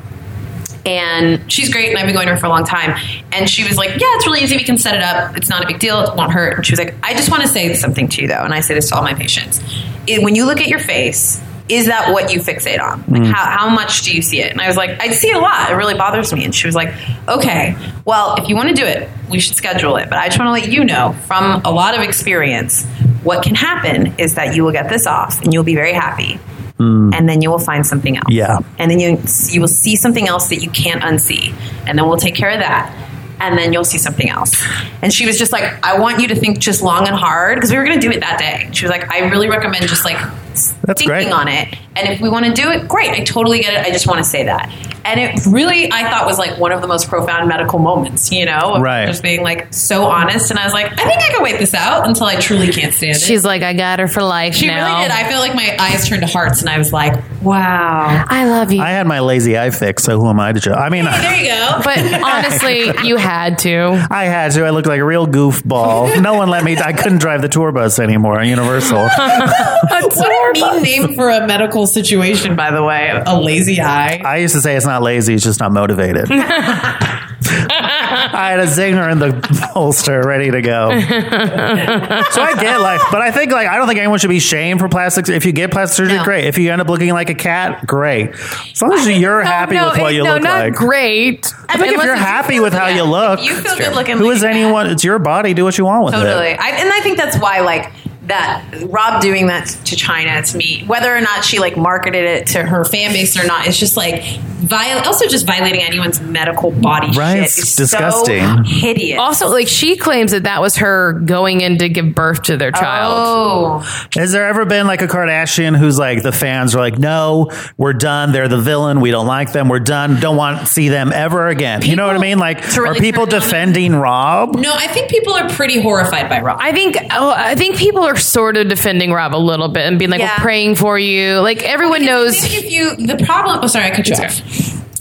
B: and she's great and I've been going to her for a long time. And she was like, Yeah, it's really easy. We can set it up. It's not a big deal. It won't hurt. And she was like, I just want to say something to you though. And I say this to all my patients. It- when you look at your face, is that what you fixate on? Like, how, how much do you see it? And I was like, I see it a lot. It really bothers me. And she was like, Okay, well, if you want to do it, we should schedule it. But I just want to let you know from a lot of experience, what can happen is that you will get this off and you'll be very happy. And then you will find something else
C: Mm. Yeah.
B: and then you you will see something else that you can't unsee, and then we'll take care of that, and then you'll see something else. And she was just like, I want you to think just long and hard because we were going to do it that day. She was like, I really recommend just like
C: That's
B: thinking
C: great.
B: on it, and if we want to do it, great. I totally get it. I just want to say that. And it really, I thought, was like one of the most profound medical moments, you know, of
C: Right.
B: Just being like so honest, and I was like, I think I can wait this out until I truly can't stand it.
A: She's like, I got her for life
B: she
A: now.
B: really did. I feel like my eyes turned to hearts, and I was like,
D: Wow.
A: I love you.
C: I had my lazy eye fixed, so who am I to judge? I mean,
B: there you go.
A: but honestly, you had to.
C: I had to. I looked like a real goofball. No one let me. I couldn't drive the tour bus anymore. at Universal.
B: What a mean name for a medical situation, by the way. A lazy eye.
C: I used to say it's not lazy. It's just not motivated. I had a zinger in the holster, ready to go. so I get like, but I think like I don't think anyone should be shamed for plastic. If you get plastic surgery,
B: No.
C: great. If you end up looking like a cat, great. As long as you're happy
A: no,
C: with what
A: it-
C: you
A: no,
C: look
A: not
C: like.
A: great.
C: I think if
A: Unless
C: you're
A: it's-
C: happy with how you look,
B: You feel good looking.
C: who
B: like
C: is
B: that.
C: anyone? It's your body. Do what you want with
B: Totally.
C: it.
B: I, and I think that's why, like, that Rob doing that to China to me, whether or not she like marketed it to her fan base or not, it's just like viol- also just violating anyone's medical body.
C: Right,
B: shit
C: it's
B: is So
C: disgusting.
B: hideous.
A: Also, like she claims that that was her going in to give birth to their child.
B: oh,
C: Has there ever been like a Kardashian who's like the fans are like, no, we're done. They're the villain. We don't like them. We're done. Don't want to see them ever again. you know what I mean? Like,
B: To really
C: are people
B: turn it on.
C: defending Rob?
B: no! I think people are pretty horrified by Rob.
A: I think oh, I think people are sort of defending Rob a little bit and being like,
B: Yeah.
A: "We're praying for you." Like everyone knows.
B: I think if you the problem. Oh, sorry, I cut you off.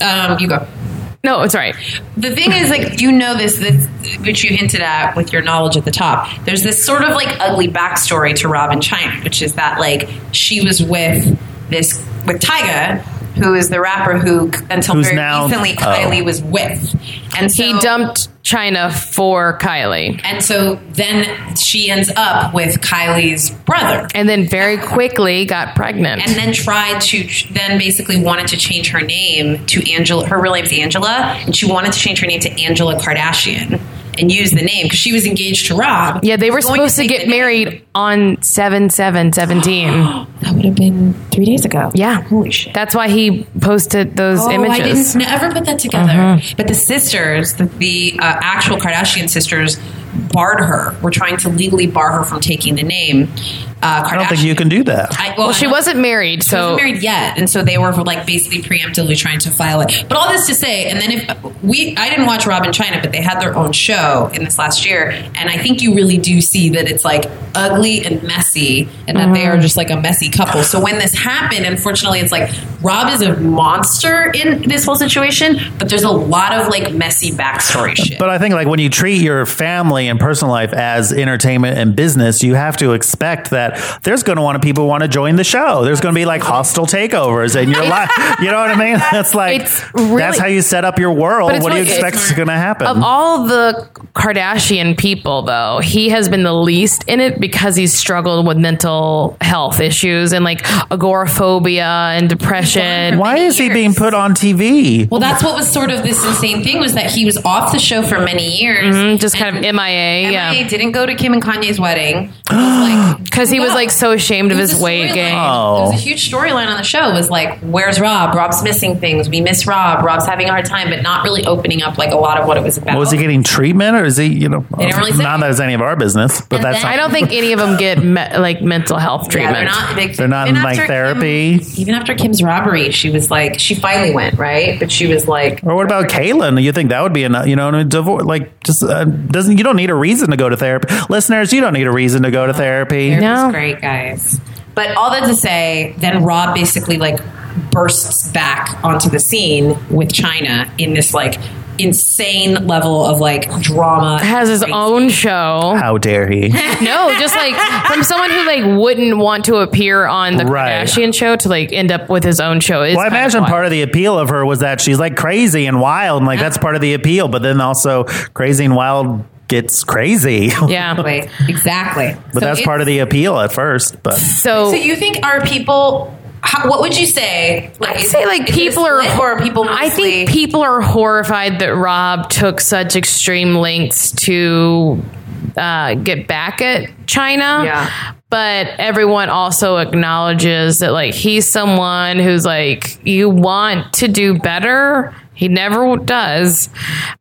B: Um, you go.
A: no, it's all right.
B: the thing is like you know this, this which you hinted at with your knowledge at the top there's this sort of like ugly backstory to robin china which is that like she was with this with tyga who is the rapper who until
C: Who's
B: very
C: now-
B: recently
C: oh.
B: kylie was with and so
A: He dumped China for Kylie.
B: And so then she ends up with Kylie's brother.
A: And then very quickly got pregnant.
B: and then tried to then basically wanted to change her name to Angela. Her real name's Angela, and she wanted to change her name to Angela Kardashian and use the name because she was engaged to Rob.
A: yeah, they were
B: Going
A: supposed to
B: take
A: get
B: the name.
A: married on 7 7 17.
B: That would have been three days ago.
A: Yeah.
B: Holy shit.
A: That's why he posted those
B: Oh, I
A: images. Mm-hmm.
B: didn't never put that together. But the sisters, the, the uh, actual Kardashian sisters, barred her. Were trying to legally bar her from taking the name. Uh, Kardashian.
C: I don't think you can do that.
B: I-
A: Well,
B: I
A: she
B: know-
A: wasn't married,
B: She
A: so
B: wasn't married yet, and so they were like basically preemptively trying to file it. But all this to say, and then if we, I didn't watch Rob in China, but they had their own show in this last year, and I think you really do see that it's like ugly and messy, and that
A: Mm-hmm.
B: they are just like a messy couple. So when this happened, unfortunately, it's like Rob is a monster in this whole situation, but there's a lot of like messy backstory shit.
C: But I think like when you treat your family and personal life as entertainment and business, you have to expect that there's going to want to people want to join the show. There's going to be like hostile takeovers and your life. You know what I mean? That's like
A: It's really-
C: that's how you set up your world.
A: But it's
C: What do you
A: like-
C: expect is going to happen?
A: Of all the Kardashian people, though, he has been the least in it because he's struggled with mental health issues and like agoraphobia and depression.
C: Why
B: many
C: is he
B: years.
C: being put on TV?
B: well, that's what was sort of this insane thing was that he was off the show for many years,
A: Mm, Just kind of MIA,
B: MIA
A: yeah,
B: didn't go to Kim and Kanye's wedding. Because
A: because he was like so ashamed of
B: It was
A: his
B: a
A: weight
B: storyline.
A: gain.
C: Oh.
B: There was a huge storyline on the show. Was like, where's Rob? Rob's missing things. We miss Rob. Rob's having a hard time, but not really opening up like a lot of what it was about.
C: Well, is he getting treatment or is he, you know,
B: didn't really say.
C: not that it's any of our business, but
B: And
C: that's
B: then-
A: I
C: not,
A: don't think any of them get me- like mental health
B: yeah,
A: treatment.
B: they're not. They,
C: they're not in like therapy.
B: even after Kim's robbery, she was like, she finally went right, but she was like,
C: Or what about Caitlyn? You think that would be enough? You know, divorce like just uh, doesn't. You don't need a reason to go to therapy, listeners. You don't need a reason to go to therapy.
B: It
A: No.
B: was great, guys. But all that to say, then Rob basically like bursts back onto the scene with China in this like insane level of like drama.
A: Has his
B: Crazy.
A: own show.
C: How dare he?
A: No, just like from someone who like wouldn't want to appear on the
C: Right.
A: Kardashian show to like end up with his own show. It's
C: Well, I
A: kind of
C: imagine
A: wild.
C: part of the appeal of her was that she's like crazy and wild, and like that's part of the appeal. But then also, crazy and wild gets crazy.
A: yeah.
B: Exactly. Exactly.
C: but that's part of the appeal at first. But
A: So,
B: So you think our people? How, what would you say? Like,
A: I say like people are
B: or people. Mostly,
A: I think people are horrified that Rob took such extreme lengths to uh, get back at China.
D: Yeah.
A: But everyone also acknowledges that like he's someone who's like you want to do better. He never does,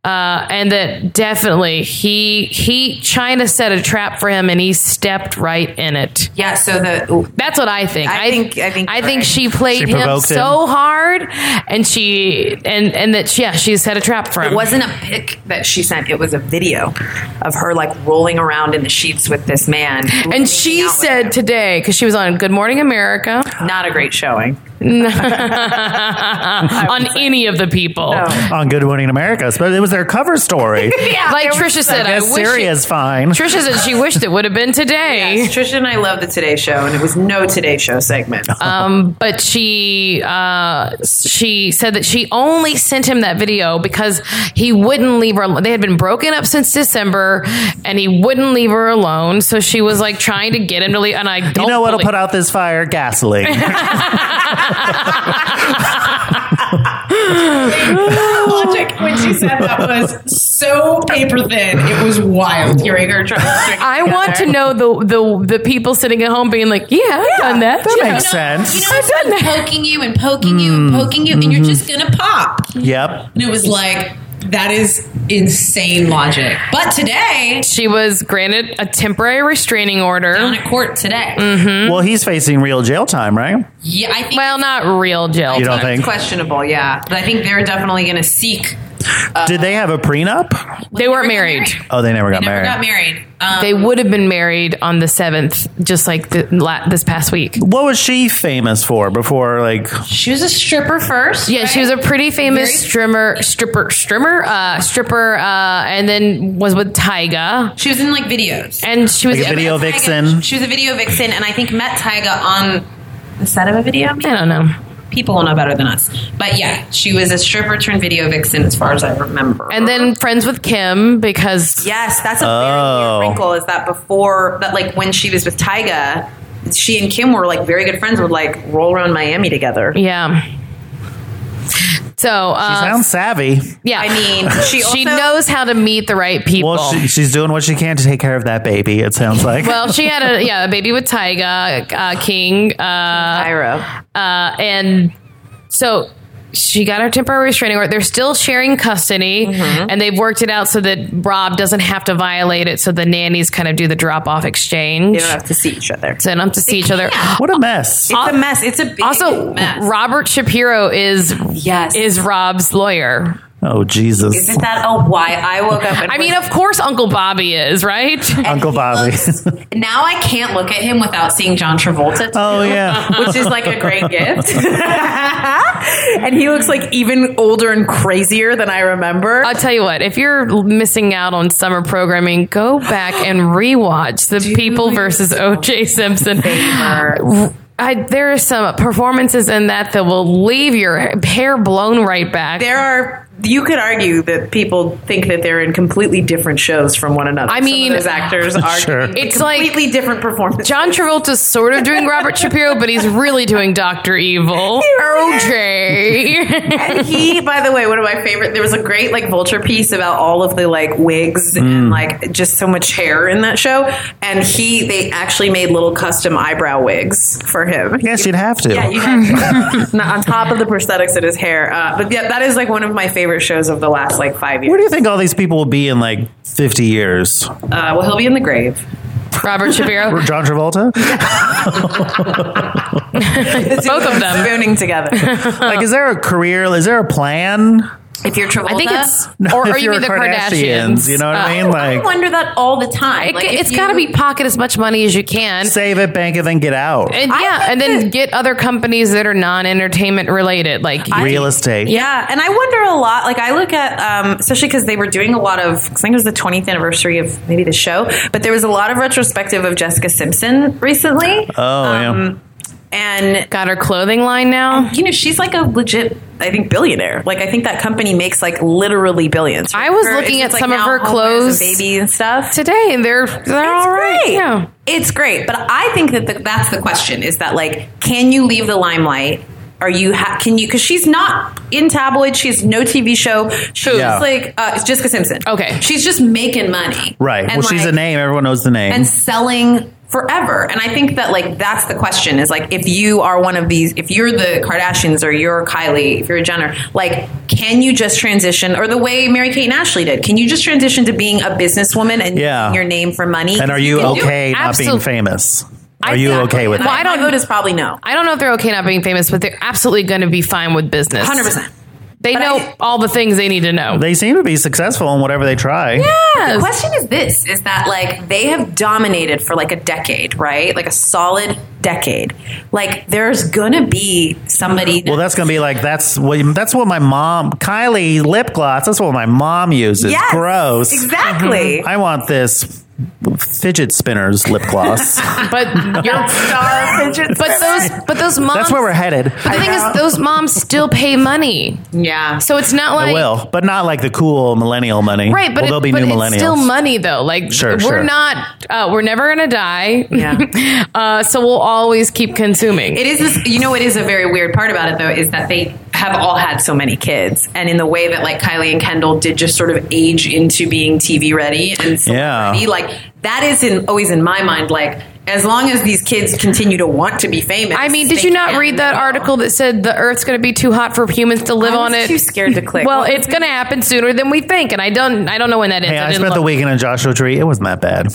A: uh, and that definitely he he China set a trap for him, and he stepped right in it.
B: yeah. So the
A: That's what I think.
D: I think- I think
A: I
D: you're
A: think
D: right.
A: she played
C: She
A: him
C: provoked him.
A: so hard, and she and and that yeah, she set a trap for him.
D: It wasn't a pic that she sent. It was a video of her like rolling around in the sheets with this man.
A: and she said today because she was on Good Morning America
D: "Not a great showing."
A: on any of the people.
C: on Good Morning America, but it was their cover story.
D: Yeah,
A: Like
D: there was-
A: Trisha said, I,
C: Yes,
A: wish.
C: Syria
A: It,
C: is fine.
A: Trisha said she wished it would have been today.
D: Yes, Trisha and I love the Today Show, and it was no Today Show segment.
A: but she uh, she said that she only sent him that video because he wouldn't leave her alone. They had been broken up since December, and he wouldn't leave her alone. So she was like trying to get him to leave. And I don't
C: you know what'll
A: believe-
C: put out this fire? Gasoline.
B: logic when she said that was so paper thin. It was wild hearing her trying to string it
A: I want to know the the the people sitting at home being like, yeah, I've done that.
C: that
A: Yeah.
C: makes sense. Mm.
B: You know, it's like poking you and poking you and poking you, and you're
C: Mm-hmm.
B: just gonna pop.
C: Yep.
B: And it was like that is insane logic. But today,
A: She was granted a temporary restraining
B: on
A: order.
B: a court today,
A: Hmm?
C: Well, he's facing real jail time, right?
B: yeah, I think
A: Mm. Well, not real jail.
C: You don't
D: It's
C: think?
D: questionable, yeah.
B: but I think they're definitely gonna seek.
C: Did they have a prenup?
A: they weren't
B: Never got
A: married.
C: Oh, they never got
B: Never
C: married.
B: got married. Um,
A: They would have been married on the seventh, just like the, la- this past week.
C: What was she famous for before? Like,
B: she was a stripper first.
A: Yeah, she was a pretty famous stripper, stripper, stripper, uh, stripper, uh, and then was with Tyga,
B: She was in like videos.
A: and she was
C: Like a video
B: Met
C: vixen.
B: Tyga- She was a video vixen, and I think met Tyga on the set of a video.
A: I don't know.
B: people will know better than us. But yeah, she was a stripper turned video vixen, as far as I remember.
A: and then friends with Kim because
B: Yes, that's a very
C: Oh.
B: weird wrinkle. Is that before that? Like when she was with Tyga, she and Kim were like very good friends. Would like roll around Miami together.
A: yeah. So uh,
C: Sounds savvy.
A: yeah,
B: I mean, she also
A: she knows how to meet the right people.
C: Well, she, she's doing what she can to take care of that baby. It sounds like.
A: Well, she had a yeah a baby with Tyga uh, King, uh,
D: Ira.
A: uh, and so she got her temporary restraining order. They're still sharing custody,
B: Mm-hmm.
A: and they've worked it out so that Rob doesn't have to violate it. So the nannies kind of do the drop off exchange.
D: They don't have to see each other.
A: So they don't have to see each other.
C: what a mess.
B: it's a mess. It's a big
A: Also,
B: mess.
A: Robert Shapiro is
B: yes,
A: is Rob's lawyer.
C: Oh Jesus,
B: Isn't that a why I woke up? And
A: I mean, of course, Uncle Bobby is right.
C: Uncle Bobby.
B: now I can't look at him without seeing John Travolta.
C: oh yeah.
B: Which is like a great gift.
D: and he looks like even older and crazier than I remember.
A: I'll tell you what, if you're missing out on summer programming, go back and rewatch The People versus OJ Simpson. I, there are some performances in that that will leave your hair blown right back.
D: there are you could argue that people think that they're in completely different shows from one another.
A: I
D: Some of
A: mean-
D: those actors are
C: Sure.
D: giving
A: It's like-
D: completely different performances.
A: John Travolta's sort of doing Robert Shapiro, but he's really doing Dr. Evil. OJ.
D: And he, by the way, one of my favorite. There was a great like vulture piece about all of the like
C: Mm.
D: wigs and like just so much hair in that show. And he, they actually made little custom eyebrow wigs for him.
C: Yeah, she'd have to.
D: Yeah, you have- Not on top of the prosthetics in his hair. Uh, but yeah, that is like one of my favorite shows of the last like five
C: Where do
D: years.
C: you think all these people will be in like 50 years?
D: Uh, well, he'll be in the grave.
A: Robert Shapiro.
C: John Travolta?
A: Both of them.
D: spooning together.
C: Like, is there a career? Is there a plan?
B: if you're Travolta,
A: I think it's.
C: No,
A: Or,
C: if
A: or you
C: you're
A: mean the
C: a
A: Kardashians.
C: You know what
A: Uh,
C: I mean?
B: I
C: Like,
B: wonder that all the time.
A: It,
B: Like, if
A: has
B: you-
A: got to be pocket as much money as you can.
C: save it, bank it, then get out.
A: And yeah, and then get other companies that are non-entertainment related, like
C: Real estate.
D: Yeah, and I wonder a lot. Like I look at, um, especially because they were doing a lot of. 'cause I think it was the 20th anniversary of maybe the show, but there was a lot of retrospective of Jessica Simpson recently,
C: Oh,
A: Um,
D: and
A: got her clothing line now.
D: you know she's like a legit, I think, billionaire. Like I think that company makes like literally billions.
A: I was
D: Her-
A: looking at
D: it's like
A: some of
D: now
A: her
D: homewares
A: clothes
D: and baby and stuff.
A: today, and they're they're
D: It's
A: all right.
D: great.
A: Yeah.
D: It's great, but I think that the,
B: that's the question is that like can you leave the limelight are you ha- can you because she's not in tabloid she has no tv show she's
C: Yeah.
B: just like uh, it's jessica simpson
A: Okay.
B: she's just making money
C: Right.
B: And,
C: well, she's
B: like,
C: a name. Everyone knows the name.
B: and selling forever and i think that like that's the question is like if you are one of these if you're the kardashians or you're kylie if you're jenner like can you just transition or the way mary kate and ashley did can you just transition to being a businesswoman and
C: Yeah.
B: using your name for money
C: and are you
B: can do it.
C: okay not being
A: Absolute-
C: famous? Are you okay with
A: Well,
C: that?
A: I don't.
D: my vote is probably no.
A: I don't know if they're okay not being famous, but they're absolutely going to be fine with business.
B: 100%
A: They know
B: I-
A: all the things they need to know.
C: They seem to be successful in whatever they try.
B: The question is this is that like they have dominated for like a decade, right? Like a solid decade. Like there's gonna be somebody
C: Well, that's gonna be like that's what that's what my mom Kylie lip gloss. That's what my mom uses.
D: Yes,
C: Gross.
D: Exactly.
C: I want this fidget spinners lip gloss.
A: but you're,
D: Star fidget
A: but those but those moms.
C: that's where we're headed.
A: The thing is, those moms still pay money,
B: Yeah.
A: so it's not like
C: I will, but not like the cool millennial money.
A: Right, but,
C: well, there'll
A: it-
C: be
A: but
C: new
A: it's
C: millennials.
A: still money though. Like
C: Sure,
A: we're
C: sure.
A: not, uh, we're never gonna die.
D: Yeah.
A: uh, so we'll always keep consuming.
B: It is this you know what is a very weird part about it though is that they have all had so many kids and in the way that like Kylie and Kendall did just sort of age into being TV ready and
C: Yeah.
B: celebrity, like that is in always in my mind like as long as these kids continue to want to be famous.
A: I mean,
B: they
A: did you not
B: can.
A: read that article that said the Earth's gonna be too hot for humans to live
D: I
A: on
D: was
A: it?
D: too scared to click.
A: Well, it's gonna happen sooner than we think, and I don't, I don't know when that is.
C: Hey, I
A: didn't
C: spent the
A: look. Ah,
C: weekend in Joshua Tree. It wasn't that bad.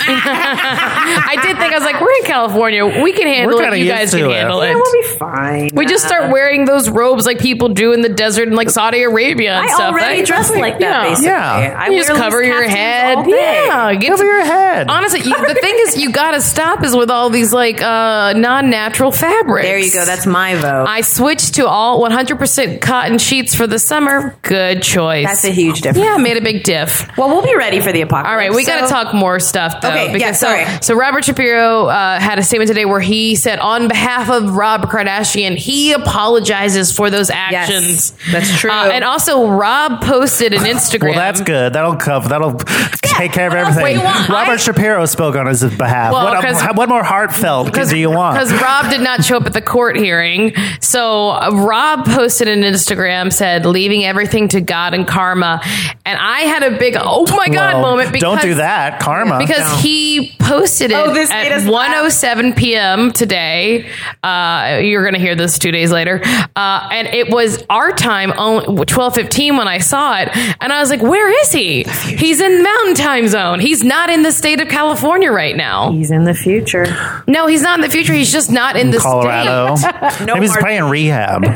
A: I did think I was like, we're in California, we can handle it.
C: kinda
A: You
C: used
A: guys
C: to
A: can
C: it.
A: handle it.
D: it will be fine.
A: We just start wearing those robes like people do in the desert in like Saudi Arabia and
D: I
A: stuff.
D: already
A: right?
D: dress like that.
A: Yeah.
D: Basically,
C: Yeah.
D: I
A: You just
D: wear loose
A: cover your
D: captions
A: head.
D: all day.
A: Yeah, get
C: Cover your head.
A: Honestly, you, the thing is, you gotta stop is with all these like uh, non-natural fabrics.
D: There you go. That's my vote.
A: I switched to all 100% cotton sheets for the summer. Good choice.
D: That's a huge difference.
A: yeah, made a big diff.
D: Well, we'll be ready for the apocalypse.
A: All right, we got to
D: so-
A: talk more stuff though.
D: Okay, yeah,
A: so,
D: sorry.
A: so Robert Shapiro uh, had a statement today where he said, on behalf of Rob Kardashian, Kardashian, he apologizes for those actions.
D: that's true.
A: Uh, and also, Rob posted an Instagram.
C: Well, that's good. That'll cover. That'll take care of
A: what else do
C: everything.
A: you want?
C: Robert
A: I-
C: Shapiro spoke on his behalf.
A: Well,
C: what,
A: 'cause-
C: what more heartfelt could do you want?
A: Because Rob did not show up at the court hearing. So uh, Rob posted an Instagram, said, leaving everything to God and karma. And I had a big, oh my God
C: Well,
A: moment. Because,
C: don't do that, karma.
A: Because he posted it
D: Oh, this made
A: at
D: us
A: 107 p.m. today. Uh, you're going to hear this two days later. Uh, and it was our time, 1215 when I saw it. And I was like, where is he? He's in mountain time zone. He's not in the state of California right now.
D: He's in the future.
A: No, he's not in the future. He's just not in the
C: Colorado.
A: state.
D: No
C: Maybe he's
D: Martin.
C: probably in rehab.
A: Maybe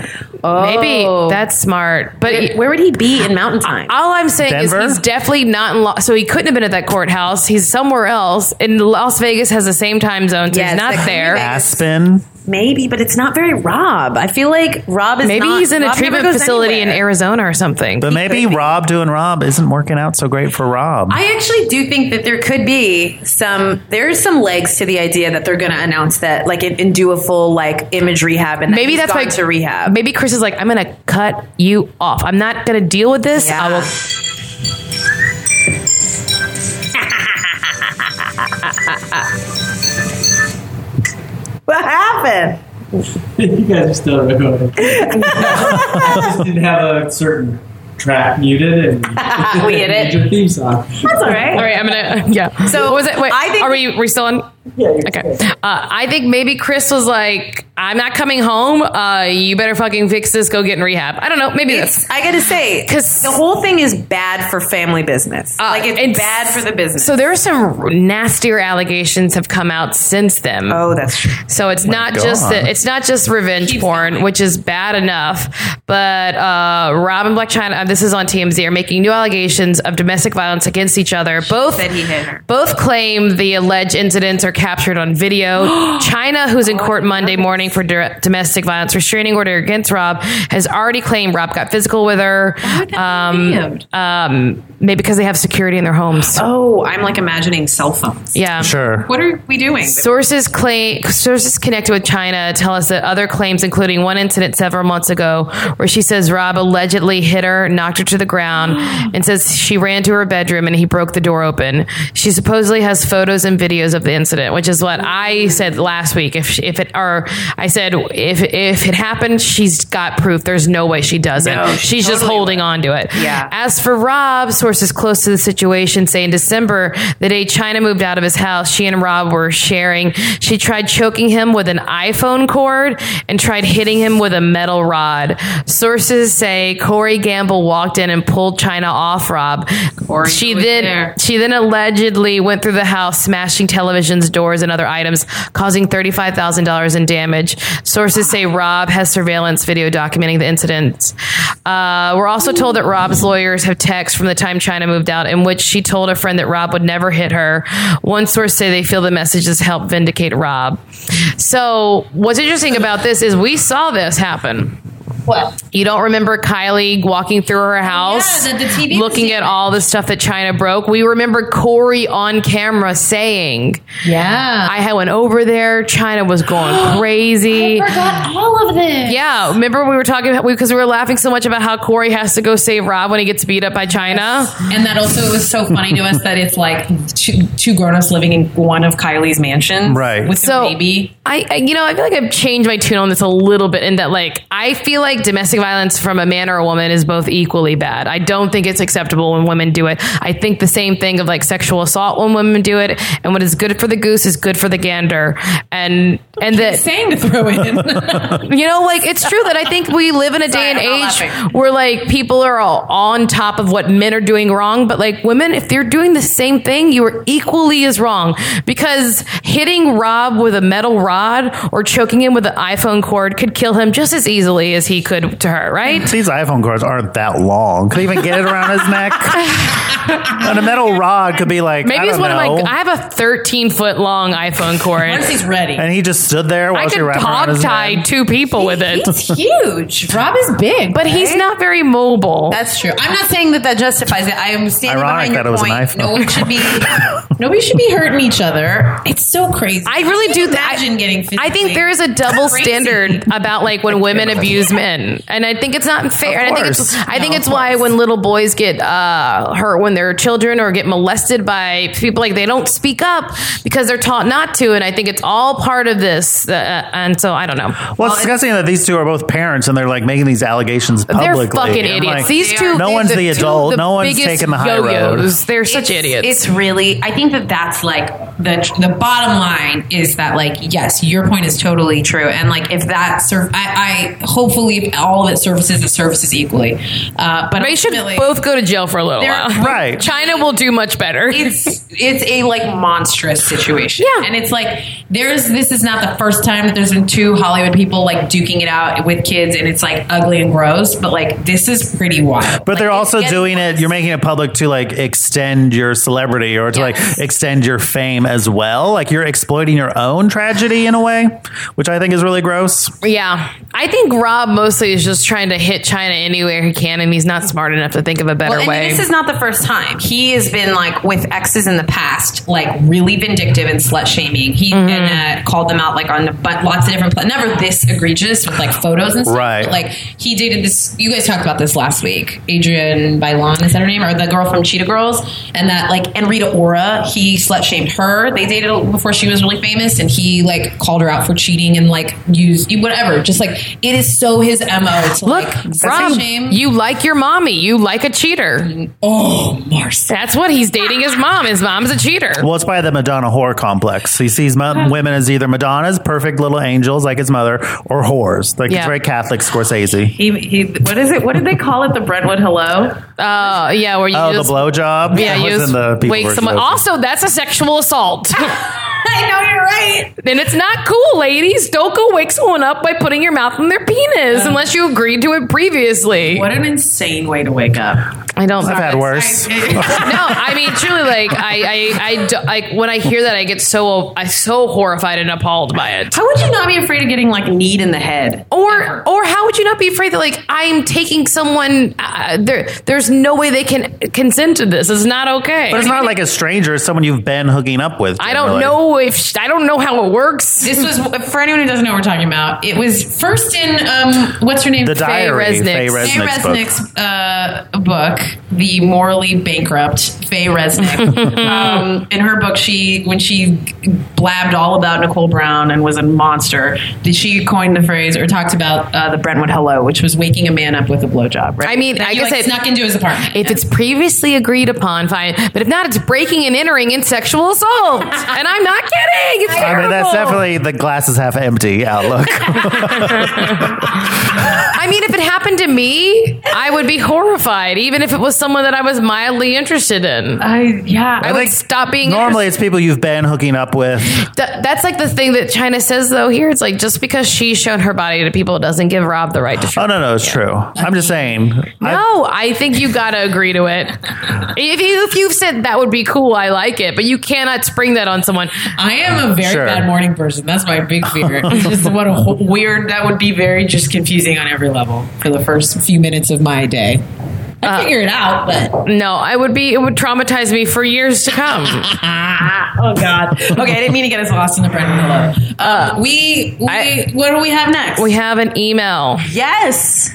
D: Oh.
A: that's smart. But
D: Where would he be in Mountain Time?
A: all I'm saying
C: Denver?
A: is he's definitely not in. Lo- so he couldn't have been at that courthouse. He's somewhere else. And Las Vegas has the same time zone, so
D: Yes,
A: he's
D: that
A: not
D: could be
A: there.
D: bad.
C: Aspen.
D: Maybe, but it's not very Rob. I feel like Rob is
A: Maybe
D: not-
A: he's in a
D: Rob never
A: treatment
D: goes
A: facility in
D: anywhere.
A: Arizona or something.
C: But maybe Rob doing Rob isn't working out so great for Rob.
D: I actually do think that there could be some. There's some legs to the idea that they're going to announce that, like, and, and do a full like image rehab, and that
A: maybe
D: he's
A: that's
D: gone
A: why
D: to rehab.
A: Maybe Chris is like, I'm going to cut you off. I'm not going to deal with this.
D: Yeah.
A: I will.
D: What happened?
E: you guys are still recording. just didn't have a certain track muted and
D: we did it.
E: your theme song.
D: That's all right.
A: All right, I'm gonna. Yeah. So was it? Wait,
D: I think-
A: are we? We still on?
E: Yeah, you're
A: Okay.
E: good.
A: Uh, I think maybe Chris was like, "I'm not coming home. Uh, you better fucking fix this. Go get in rehab." I don't know. Maybe
D: It's,
A: this.
D: I gotta say,
A: 'Cause- Uh,
D: the whole thing is bad for family business. like it's,
A: it's-
D: bad for the business.
A: So there are some nastier allegations have come out since then.
D: oh, that's true.
A: So it's not
C: God.
A: just that it's not just revenge porn, which is bad enough. But uh, Rob and Black China, uh, this is on TMZ, are making new allegations of domestic violence against each other. both
D: said he hit her.
A: Both claim the alleged incidents are captured on video. China, who's in court Monday morning for dir- domestic violence restraining order against Rob, has already claimed Rob got physical with her. Um, um, maybe because they have security in their homes.
B: Oh, I'm like imagining cell phones.
A: Yeah,
C: sure.
B: What are we doing?
A: Sources claim sources connected with China tell us that other claims, including one incident several months ago, where she says Rob allegedly hit her, knocked her to the ground, and says she ran to her bedroom and he broke the door open. She supposedly has photos and videos of the incident, which is what I said last week. If she, if it or I said if if it happened, she's got proof. There's no way she doesn't.
D: No, she
A: she's just
D: totally
A: holding on to it.
D: Yeah.
A: As for Rob, sources close to the situation say in December, the day China moved out of his house, she and Rob were sharing. She tried choking him with an iPhone cord and tried hitting him with a metal rod. Sources say Corey Gamble walked in and pulled China off Rob. she
B: was
A: then
B: there.
A: she then allegedly went through the house, smashing televisions, doors, and other items, causing thirty-five thousand dollars in damage. Sources say Rob has surveillance video documenting the incidents. Uh, we're also told that Rob's lawyers have texts from the time China moved out, in which she told a friend that Rob would never hit her. One source say they feel the messages help vindicate Rob. So, what's interesting about this is we saw this happen.
B: What?
A: You don't remember Kylie walking through her house,
B: Yeah, the- the TV
A: looking at
B: was-
A: all the stuff that China broke. We remember Corey on camera saying,
B: Yeah.
A: "I had went over there. China was going crazy."
B: forgot all of this.
A: Yeah, remember we were talking about because we were laughing so much about how Corey has to go save Rob when he gets beat up by China.
B: And that also was so funny to us that it's like two, two grown ups living in one of Kylie's mansions.
C: Right.
B: With
A: So
B: their baby.
A: I, I, you know, I feel like I've changed my tune on this a little bit in that, like, I feel like domestic violence from a man or a woman is both equally bad. I don't think it's acceptable when women do it. I think the same thing of like sexual assault when women do it, and what is good for the goose is good for the gander, and and that
B: Saying to throw in.
A: you know, like it's true that I think we live in a day
B: Sorry,
A: and
B: I'm not
A: age
B: laughing.
A: where like people are all on top of what men are doing wrong, but like women, if they're doing the same thing, you are equally as wrong because hitting Rob with a metal rod or choking him with an iPhone cord could kill him just as easily as he he could to her, right?
C: These iPhone cords aren't that long. Could even get it around his neck. and a metal rod could be like
A: Maybe
C: I
A: it's
C: don't
A: one
C: know.
A: of my. I have a 13 foot long iPhone cord.
B: Marcy's ready.
C: and he just stood there while
A: I
C: she
A: could
C: wrapped around
A: hog
C: his neck.
A: tie two people with it,
F: He's huge. Rob is big,
A: but he's
F: right?
A: not very mobile.
F: That's true. I'm not saying
B: saying that that justifies it. I am standing
C: Ironic
B: behind your
C: that it was an
B: point.
C: iPhone.
B: No one should be.
F: nobody should be hurting each other. It's so crazy.
A: I really do. that.
B: imagine getting
A: I think
B: physically
A: there is a double
B: crazy.
A: standard about like when women abuse men, and I think it's not fair. And I think it's.
C: course.
A: I think it's why when little boys get uh, hurt when they're children or get molested by people, like they don't speak up because they're taught not to. And I think it's all part of this. Uh, and so I don't know.
C: Well, it's disgusting that these two are both parents and they're like making these allegations publicly.
A: They're fucking
C: I'm
A: idiots.
C: like,
A: These two.
C: No one's
A: they're
C: the
A: two of
C: adult.
A: the
C: no one's
A: biggest
C: taking the high road.
A: yo-yos. They're such idiots.
B: It's really. I think that that's like the the bottom line is that like yes, your point is totally true, and like if that serve, I, I hopefully if all of it services the services equally. Uh, but
A: they should
B: ultimately-
A: both go to jail for a little
B: They're-
A: while.
C: Right.
A: China will do much better.
B: it's it's a like monstrous situation.
A: Yeah.
B: and it's like there's this is not the first time that there's been two Hollywood people like duking it out with kids, and it's like ugly and gross. But like this is pretty wild.
C: But they're
B: Like,
C: also
B: it's getting
C: doing it. You're making it public to like extend your celebrity or to
B: Yes.
C: like extend your fame as well. Like you're exploiting your own tragedy in a way, which I think is really gross.
A: Yeah. I think Rob mostly is just trying to hit China anywhere he can, and he's not smart enough to think of a better
B: Well,
A: way.
B: And this is not the first time. He has been like with exes in the past, like really vindictive and slut shaming. He
A: Mm-hmm.
B: and, uh, called them out like on a bu- lots of different, pla- never this egregious with like photos and stuff.
C: Right.
B: But, like he dated this. You guys talked about this last week. Adrian Bailon is that her name, or the girl from Cheetah Girls? And that like and Rita Ora, he slut shamed her. They dated before she was really famous, and he like called her out for cheating and like used whatever. Just like it is so his mo to
A: Look,
B: like slut
A: Rob,
B: shame.
A: you like your mommy. You like a cheater.
B: oh, Marcy.
A: That's what he's dating his mom. His mom's a cheater.
C: Well, it's by the Madonna whore complex. He sees mo- women as either Madonna's perfect little angels, like his mother, or whores. Like
A: Yeah.
C: it's very Catholic Scorsese.
D: He, he, what is it? What did they call it? The Brentwood Hello?
A: Uh, yeah, where you
C: Oh,
A: just.
C: the blowjob.
A: yeah,
C: That
A: you
C: was
A: just
C: in the People
A: wake
C: vs.
A: someone.
C: Loathing.
A: Also, that's a sexual assault,
B: I know you're right.
A: and it's not cool, ladies. Don't go wake someone up by putting your mouth in their penis unless you agreed to it previously.
D: What an insane way to wake up.
A: I don't.
C: I've had worse.
A: no, I mean truly, like I, I, I, do- like when I hear that, I get so, I so horrified and appalled by it.
D: How would you not be afraid of getting like kneed in the head?
A: Or, or how would you not be afraid that like I'm taking someone? Uh, there, there's no way they can consent to this. It's not okay.
C: But it's not like a stranger, it's someone you've been hooking up with.
A: I don't
C: generally.
A: know if sh- I don't know how it works.
B: This was for anyone who doesn't know what we're talking about. It was first in um, what's her name?
C: The
B: Faye
C: diary.
A: Resnick.
C: Faye
A: Faye
B: Faye
C: Resnick's book.
B: Resnick's uh, book, the morally bankrupt Faye Resnick. um, in her book, she when she blabbed all about Nicole Brown and was a monster, did she coined the phrase or talked about uh, the Brentwood Hello, which was waking a man up with a blowjob? Right?
A: I mean,
B: That
A: I
B: you,
A: guess
B: like,
A: it-
B: snuck into his apartment.
A: If it's previously agreed upon, fine. But if not, it's breaking and entering in sexual assault. and I'm not kidding. It's
C: I
A: terrible.
C: mean, that's definitely the glass is half empty outlook.
A: I mean, if it happened to me, I would be horrified, even if it was someone that I was mildly interested in.
D: I, yeah.
A: I,
D: I
A: would
C: think
A: stop being
C: Normally, it's people you've been hooking up with.
A: Th- that's like the thing that China says though. Here, it's like just because she's shown her body to people doesn't give Rob the right to.
C: Oh
A: Treat
C: no, no, it's true. I'm just saying. I,
A: no, I think you gotta agree to it. if you if you've said that would be cool, I like it, but you cannot spring that on someone.
B: I am a very
C: Sure.
B: bad morning person. That's my big fear. It's just what a wh- weird. That would be very just confusing on every level for the first few minutes of my day. I figure it out, but
A: No, I would be. It would traumatize me for years to come.
B: oh god. Okay, I didn't mean to get us lost in the bread and hello. Uh, we we
A: I-
B: what do we have next?
A: we have an email.
D: yes.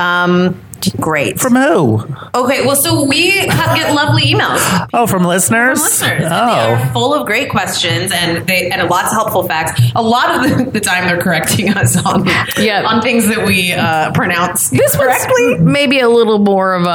D: Um, great.
C: from who?
B: okay, well, so we have, get lovely emails.
C: Oh, from listeners.
B: from listeners. And they
C: Oh,
B: are full of great questions and they and lots of helpful facts. A lot of the, the time they're correcting us on
A: Yeah.
B: on things that we uh, pronounce
A: This was maybe a little more of a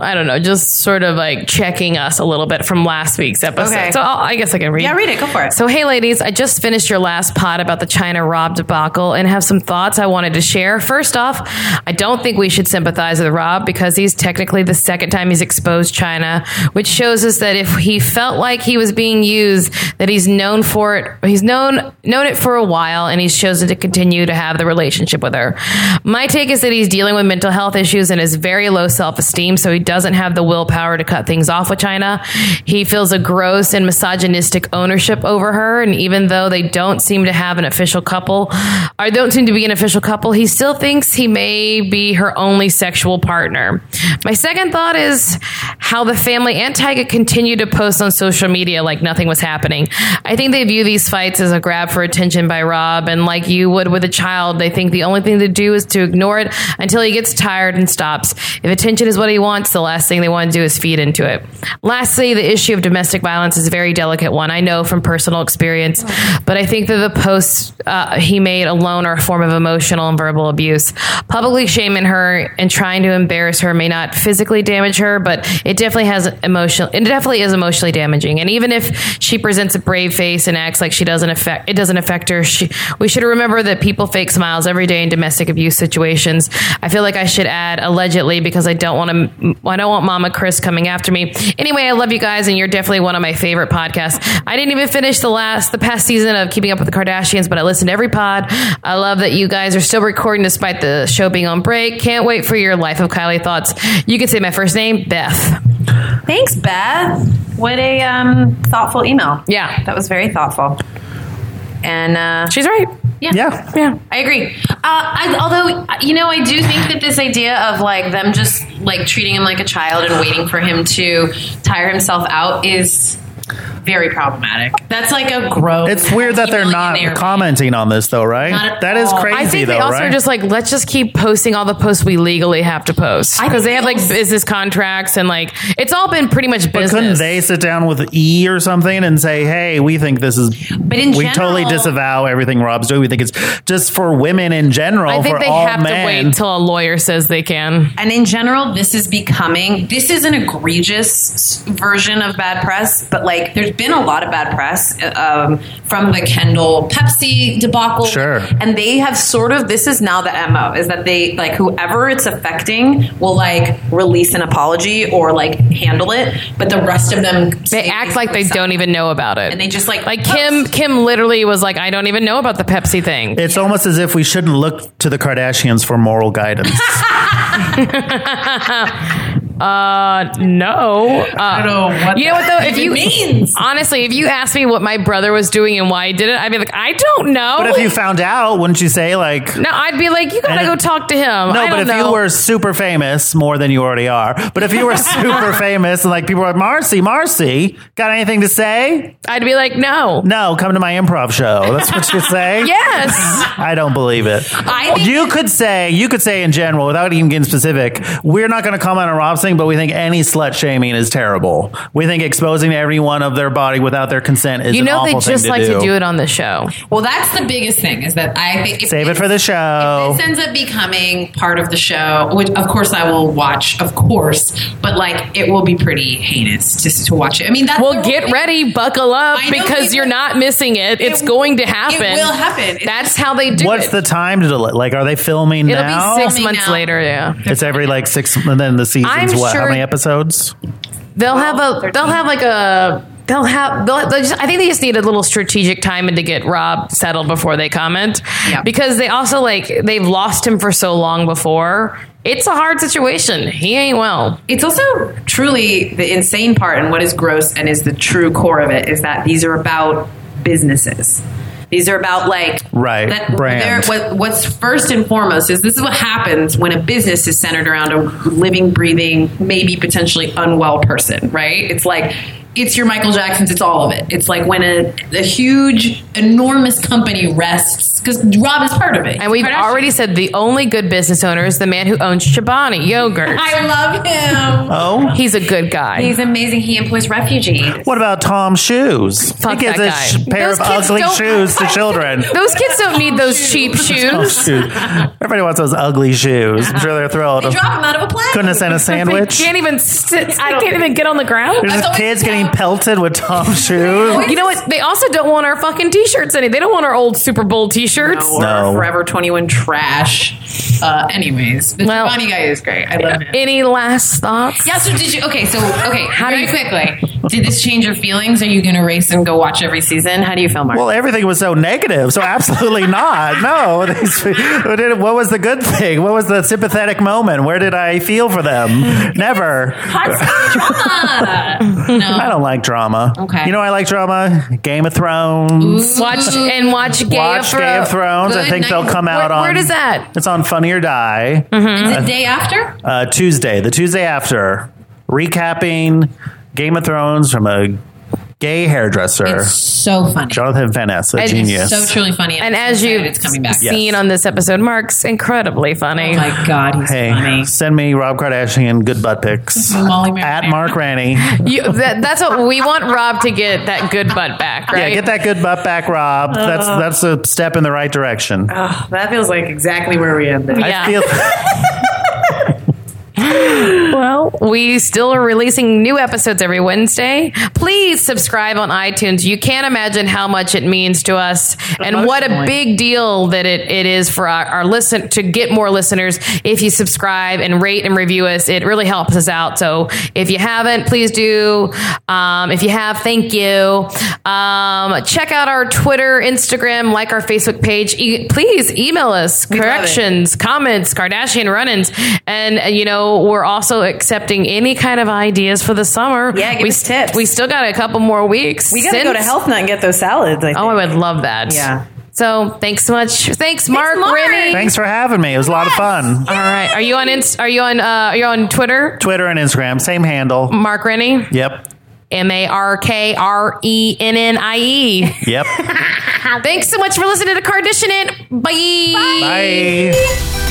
A: I don't know, just sort of like checking us a little bit from last week's episode.
D: Okay.
A: So I'll, I guess I can read.
B: Yeah, read it. Go for it.
A: So, hey, ladies, I just finished your last pod about the China Rob debacle and have some thoughts I wanted to share. First off, I don't think we should sympathize with to Rob because he's technically the second time he's exposed China, which shows us that if he felt like he was being used, that he's known for it, he's known known it for a while, and he's chosen to continue to have the relationship with her. My take is that he's dealing with mental health issues and is very low self esteem, so he doesn't have the willpower to cut things off with China. He feels a gross and misogynistic ownership over her, and even though they don't seem to have an official couple, or don't seem to be an official couple, he still thinks he may be her only sexual partner. My second thought is how the family and Tyga continue to post on social media like nothing was happening. I think they view these fights as a grab for attention by Rob, and like you would with a child, they think the only thing to do is to ignore it until he gets tired and stops. If attention is what he wants, the last thing they want to do is feed into it. Lastly, the issue of domestic violence is a very delicate one. I know from personal experience, but I think that the posts uh, he made alone are a form of emotional and verbal abuse. Publicly shaming her and trying to embarrass her may not physically damage her, but it definitely has emotional. It definitely is emotionally damaging. And even if she presents a brave face and acts like she doesn't affect, it doesn't affect her. She, we should remember that people fake smiles every day in domestic abuse situations. I feel like I should add allegedly because I don't want to. I don't want Mama Chris coming after me. Anyway, I love you guys, and you're definitely one of my favorite podcasts. I didn't even finish the last, the past season of Keeping Up with the Kardashians, but I listened to every pod. I love that you guys are still recording despite the show being on break. Can't wait for your Life of Kylie thoughts. You can say my first name, Beth.
D: Thanks, Beth. What a um, thoughtful email.
A: Yeah.
D: that was very thoughtful. And uh,
A: She's right.
C: Yeah.
A: Yeah.
B: I agree. Uh, I, although you know, I do think that this idea of like them just like treating him like a child and waiting for him to tire himself out is very problematic. That's like a gross.
C: It's weird that they're
B: Millionaire.
C: not commenting on this, though,
B: Not
C: right?
B: at
C: That is
B: all. I
C: crazy,
A: I think
C: though,
A: they also
C: right?
A: are just like, let's just keep posting all the posts we legally have to post because they have like business contracts and like it's all been pretty much
C: But
A: business.
C: couldn't they sit down with E or something and say, "Hey, we think this is,
B: But in
C: we totally
B: general-
C: disavow everything Rob's doing. We think it's just for women in general.
A: I think
C: for
A: they
C: all
A: have
C: men.
A: to wait till a lawyer says they can.
B: And in general, this is becoming this is an egregious version of bad press. But like, there's been a lot of bad press um, from the Kendall Pepsi debacle.
C: Sure.
B: And they have sort of this is now the mo is that they like whoever it's affecting will like release an apology or like handle it, but the rest of them
A: They act like they don't even know about it.
B: And they just like "Oh,
A: like Kim. Kim literally was like, I don't even know about the Pepsi thing.
C: It's almost as if we shouldn't look to the Kardashians for moral guidance.
A: Uh, no. Uh,
E: I don't know what
A: you know
E: that
A: what though? If you
B: means.
A: honestly, if you asked me what my brother was doing and why he did it, I'd be like, I don't know.
C: but if you found out, wouldn't you say like?
A: no, I'd be like, you gotta
C: And-
A: go talk to him.
C: No,
A: I
C: but
A: don't
C: if
A: know.
C: you were super famous more than you already are, but if you were super famous and like people were like, Marcy, Marcy, got anything to say?
A: I'd be like, no.
C: No, come to my improv show. That's what you say.
A: Yes.
C: I don't believe it.
B: I think-
C: you could say, you could say in general, without even getting specific, we're not going to comment on Rob's thing, but we think any slut shaming is terrible. We think exposing everyone of their body without their consent is
A: You
C: an
A: know they
C: awful thing
A: just
C: to
A: like
C: do.
A: to do it on the show.
B: Well, that's the biggest thing is that I think if
C: Save it for the show.
A: Oh.
B: This ends up becoming part of the show, which of course I will watch, of course, but like it will be pretty heinous just to watch it. I mean, that's
A: Well,
B: the-
A: get ready, buckle up,
B: I know
A: because
B: people-
A: you're not missing it. It's going to happen.
B: It will happen. It's-
A: That's how they do
C: What's
A: it.
C: the time to delay? Like, are they filming
A: It'll
C: now?
A: be six
B: Filming
A: months
B: now.
A: later. Yeah,
C: It's every like six, and then the season's
A: I'm
C: what?
A: sure-
C: How many episodes?
A: they'll have a. They'll have like a. They'll have. They'll, they'll just, I think they just need a little strategic time to get Rob settled before they comment,
B: Yeah.
A: because they also like they've lost him for so long before. It's a hard situation. He ain't well.
B: It's also truly the insane part, and what is gross and is the true core of it is that these are about businesses. These are about like
C: Right,
B: that
C: brand.
B: they're- What, what's first and foremost is this is what happens when a business is centered around a living, breathing, maybe potentially unwell person. Right? It's like it's your Michael Jacksons. It's all of it. It's like when a, a huge, enormous company rests because Rob is part of it.
A: And we've
B: Kardashian.
A: already said the only good business owner is the man who owns Chobani yogurt.
B: I love him.
C: Oh,
A: He's a good guy.
B: He's amazing. He employs refugees.
C: what about Tom's shoes?
A: Fuck
C: he gives
A: that
C: a
A: guy.
C: sh- pair
A: Those
C: of
A: kids
C: ugly
A: don't-
C: shoes to children.
A: Those kids don't need those cheap
C: Oh,
A: shoes.
C: shoot. Everybody wants those ugly shoes. I'm sure they're thrilled.
B: Drop him out of a plane.
C: Couldn't have sent a
A: They
C: sandwich.
A: can't even sit. I can't even get on the ground.
C: There's just
B: always
C: kids
B: the
C: getting getting pelted with Tom shoes.
A: You know what? They also don't want our fucking t-shirts any. They don't want our old Super Bowl t-shirts.
B: or
C: No.
B: Forever 21 trash. Uh, anyways, the
A: Well-
B: Giovanni guy is great. I love him.
A: Any last thoughts?
B: Yeah, so did you? Okay, so, okay,
A: do
B: very
A: you-
B: quickly. Did this change your feelings? Are you going to race and go watch every season? How do you feel, Mark?
C: Well, everything was so negative, so absolutely not. No, These- what did- what was the good thing? What was the sympathetic moment? Where did I feel for them? Never. I don't like drama.
B: Okay.
C: You know, I like drama. Game of Thrones.
A: Watch and watch Game
C: Watch
A: of
C: Game of Thrones. I
B: Good
C: think they'll
B: night.
C: come out
A: Where-
C: on.
A: where does that?
C: It's on Funny or Die.
B: Is it day after?
C: uh, Tuesday, the Tuesday after, recapping Game of Thrones from a gay hairdresser,
B: It's so funny.
C: Jonathan Van Ness, a
A: it's
C: genius.
B: So truly funny.
A: And
B: I'm
A: as
B: so
A: you've
B: excited it's coming back.
C: Yeah.
A: Seen on this episode, Mark's incredibly funny.
B: Oh my God, he's
C: hey,
B: funny.
C: send me Rob Kardashian good butt pics
B: Molly Mar-
C: at Mark Ranny. Yeah,
A: You- that- that's what we want. Rob to get that good butt back, right?
C: get that good butt back, Rob. That's that's a step in the right direction.
D: Oh, that feels like exactly where we ended.
A: yeah.
C: I feel
A: Well, we still are releasing new episodes every Wednesday. Please subscribe on iTunes. You can't imagine how much it means to us and what a big deal that it, it is for our, our listen to get more listeners. If you subscribe and rate and review us, it really helps us out. So if you haven't, please do. Um, if you have, thank you. Um, check out our Twitter, Instagram, like our Facebook page. E- please email us corrections, comments, Kardashian run-ins, and uh, you know we're also accepting any kind of ideas for the summer.
D: Yeah, give
A: we
D: us tips.
A: We still got a couple more weeks.
D: We gotta go to
A: since-
D: Health Nut and get those salads. I think.
A: Oh, I would love that.
D: Yeah.
A: So thanks so much. Thanks, Mark,
D: Mark.
A: Rennie.
C: thanks for having me. It was a lot of fun.
A: All right. Are you on? Inst- are you on? Uh, are you on Twitter?
C: Twitter and Instagram, same handle.
A: Mark Rennie.
C: Yep.
A: M A R K R E N N I E.
C: Yep.
A: Thanks so much for listening to Cardition It. Bye.
C: Bye.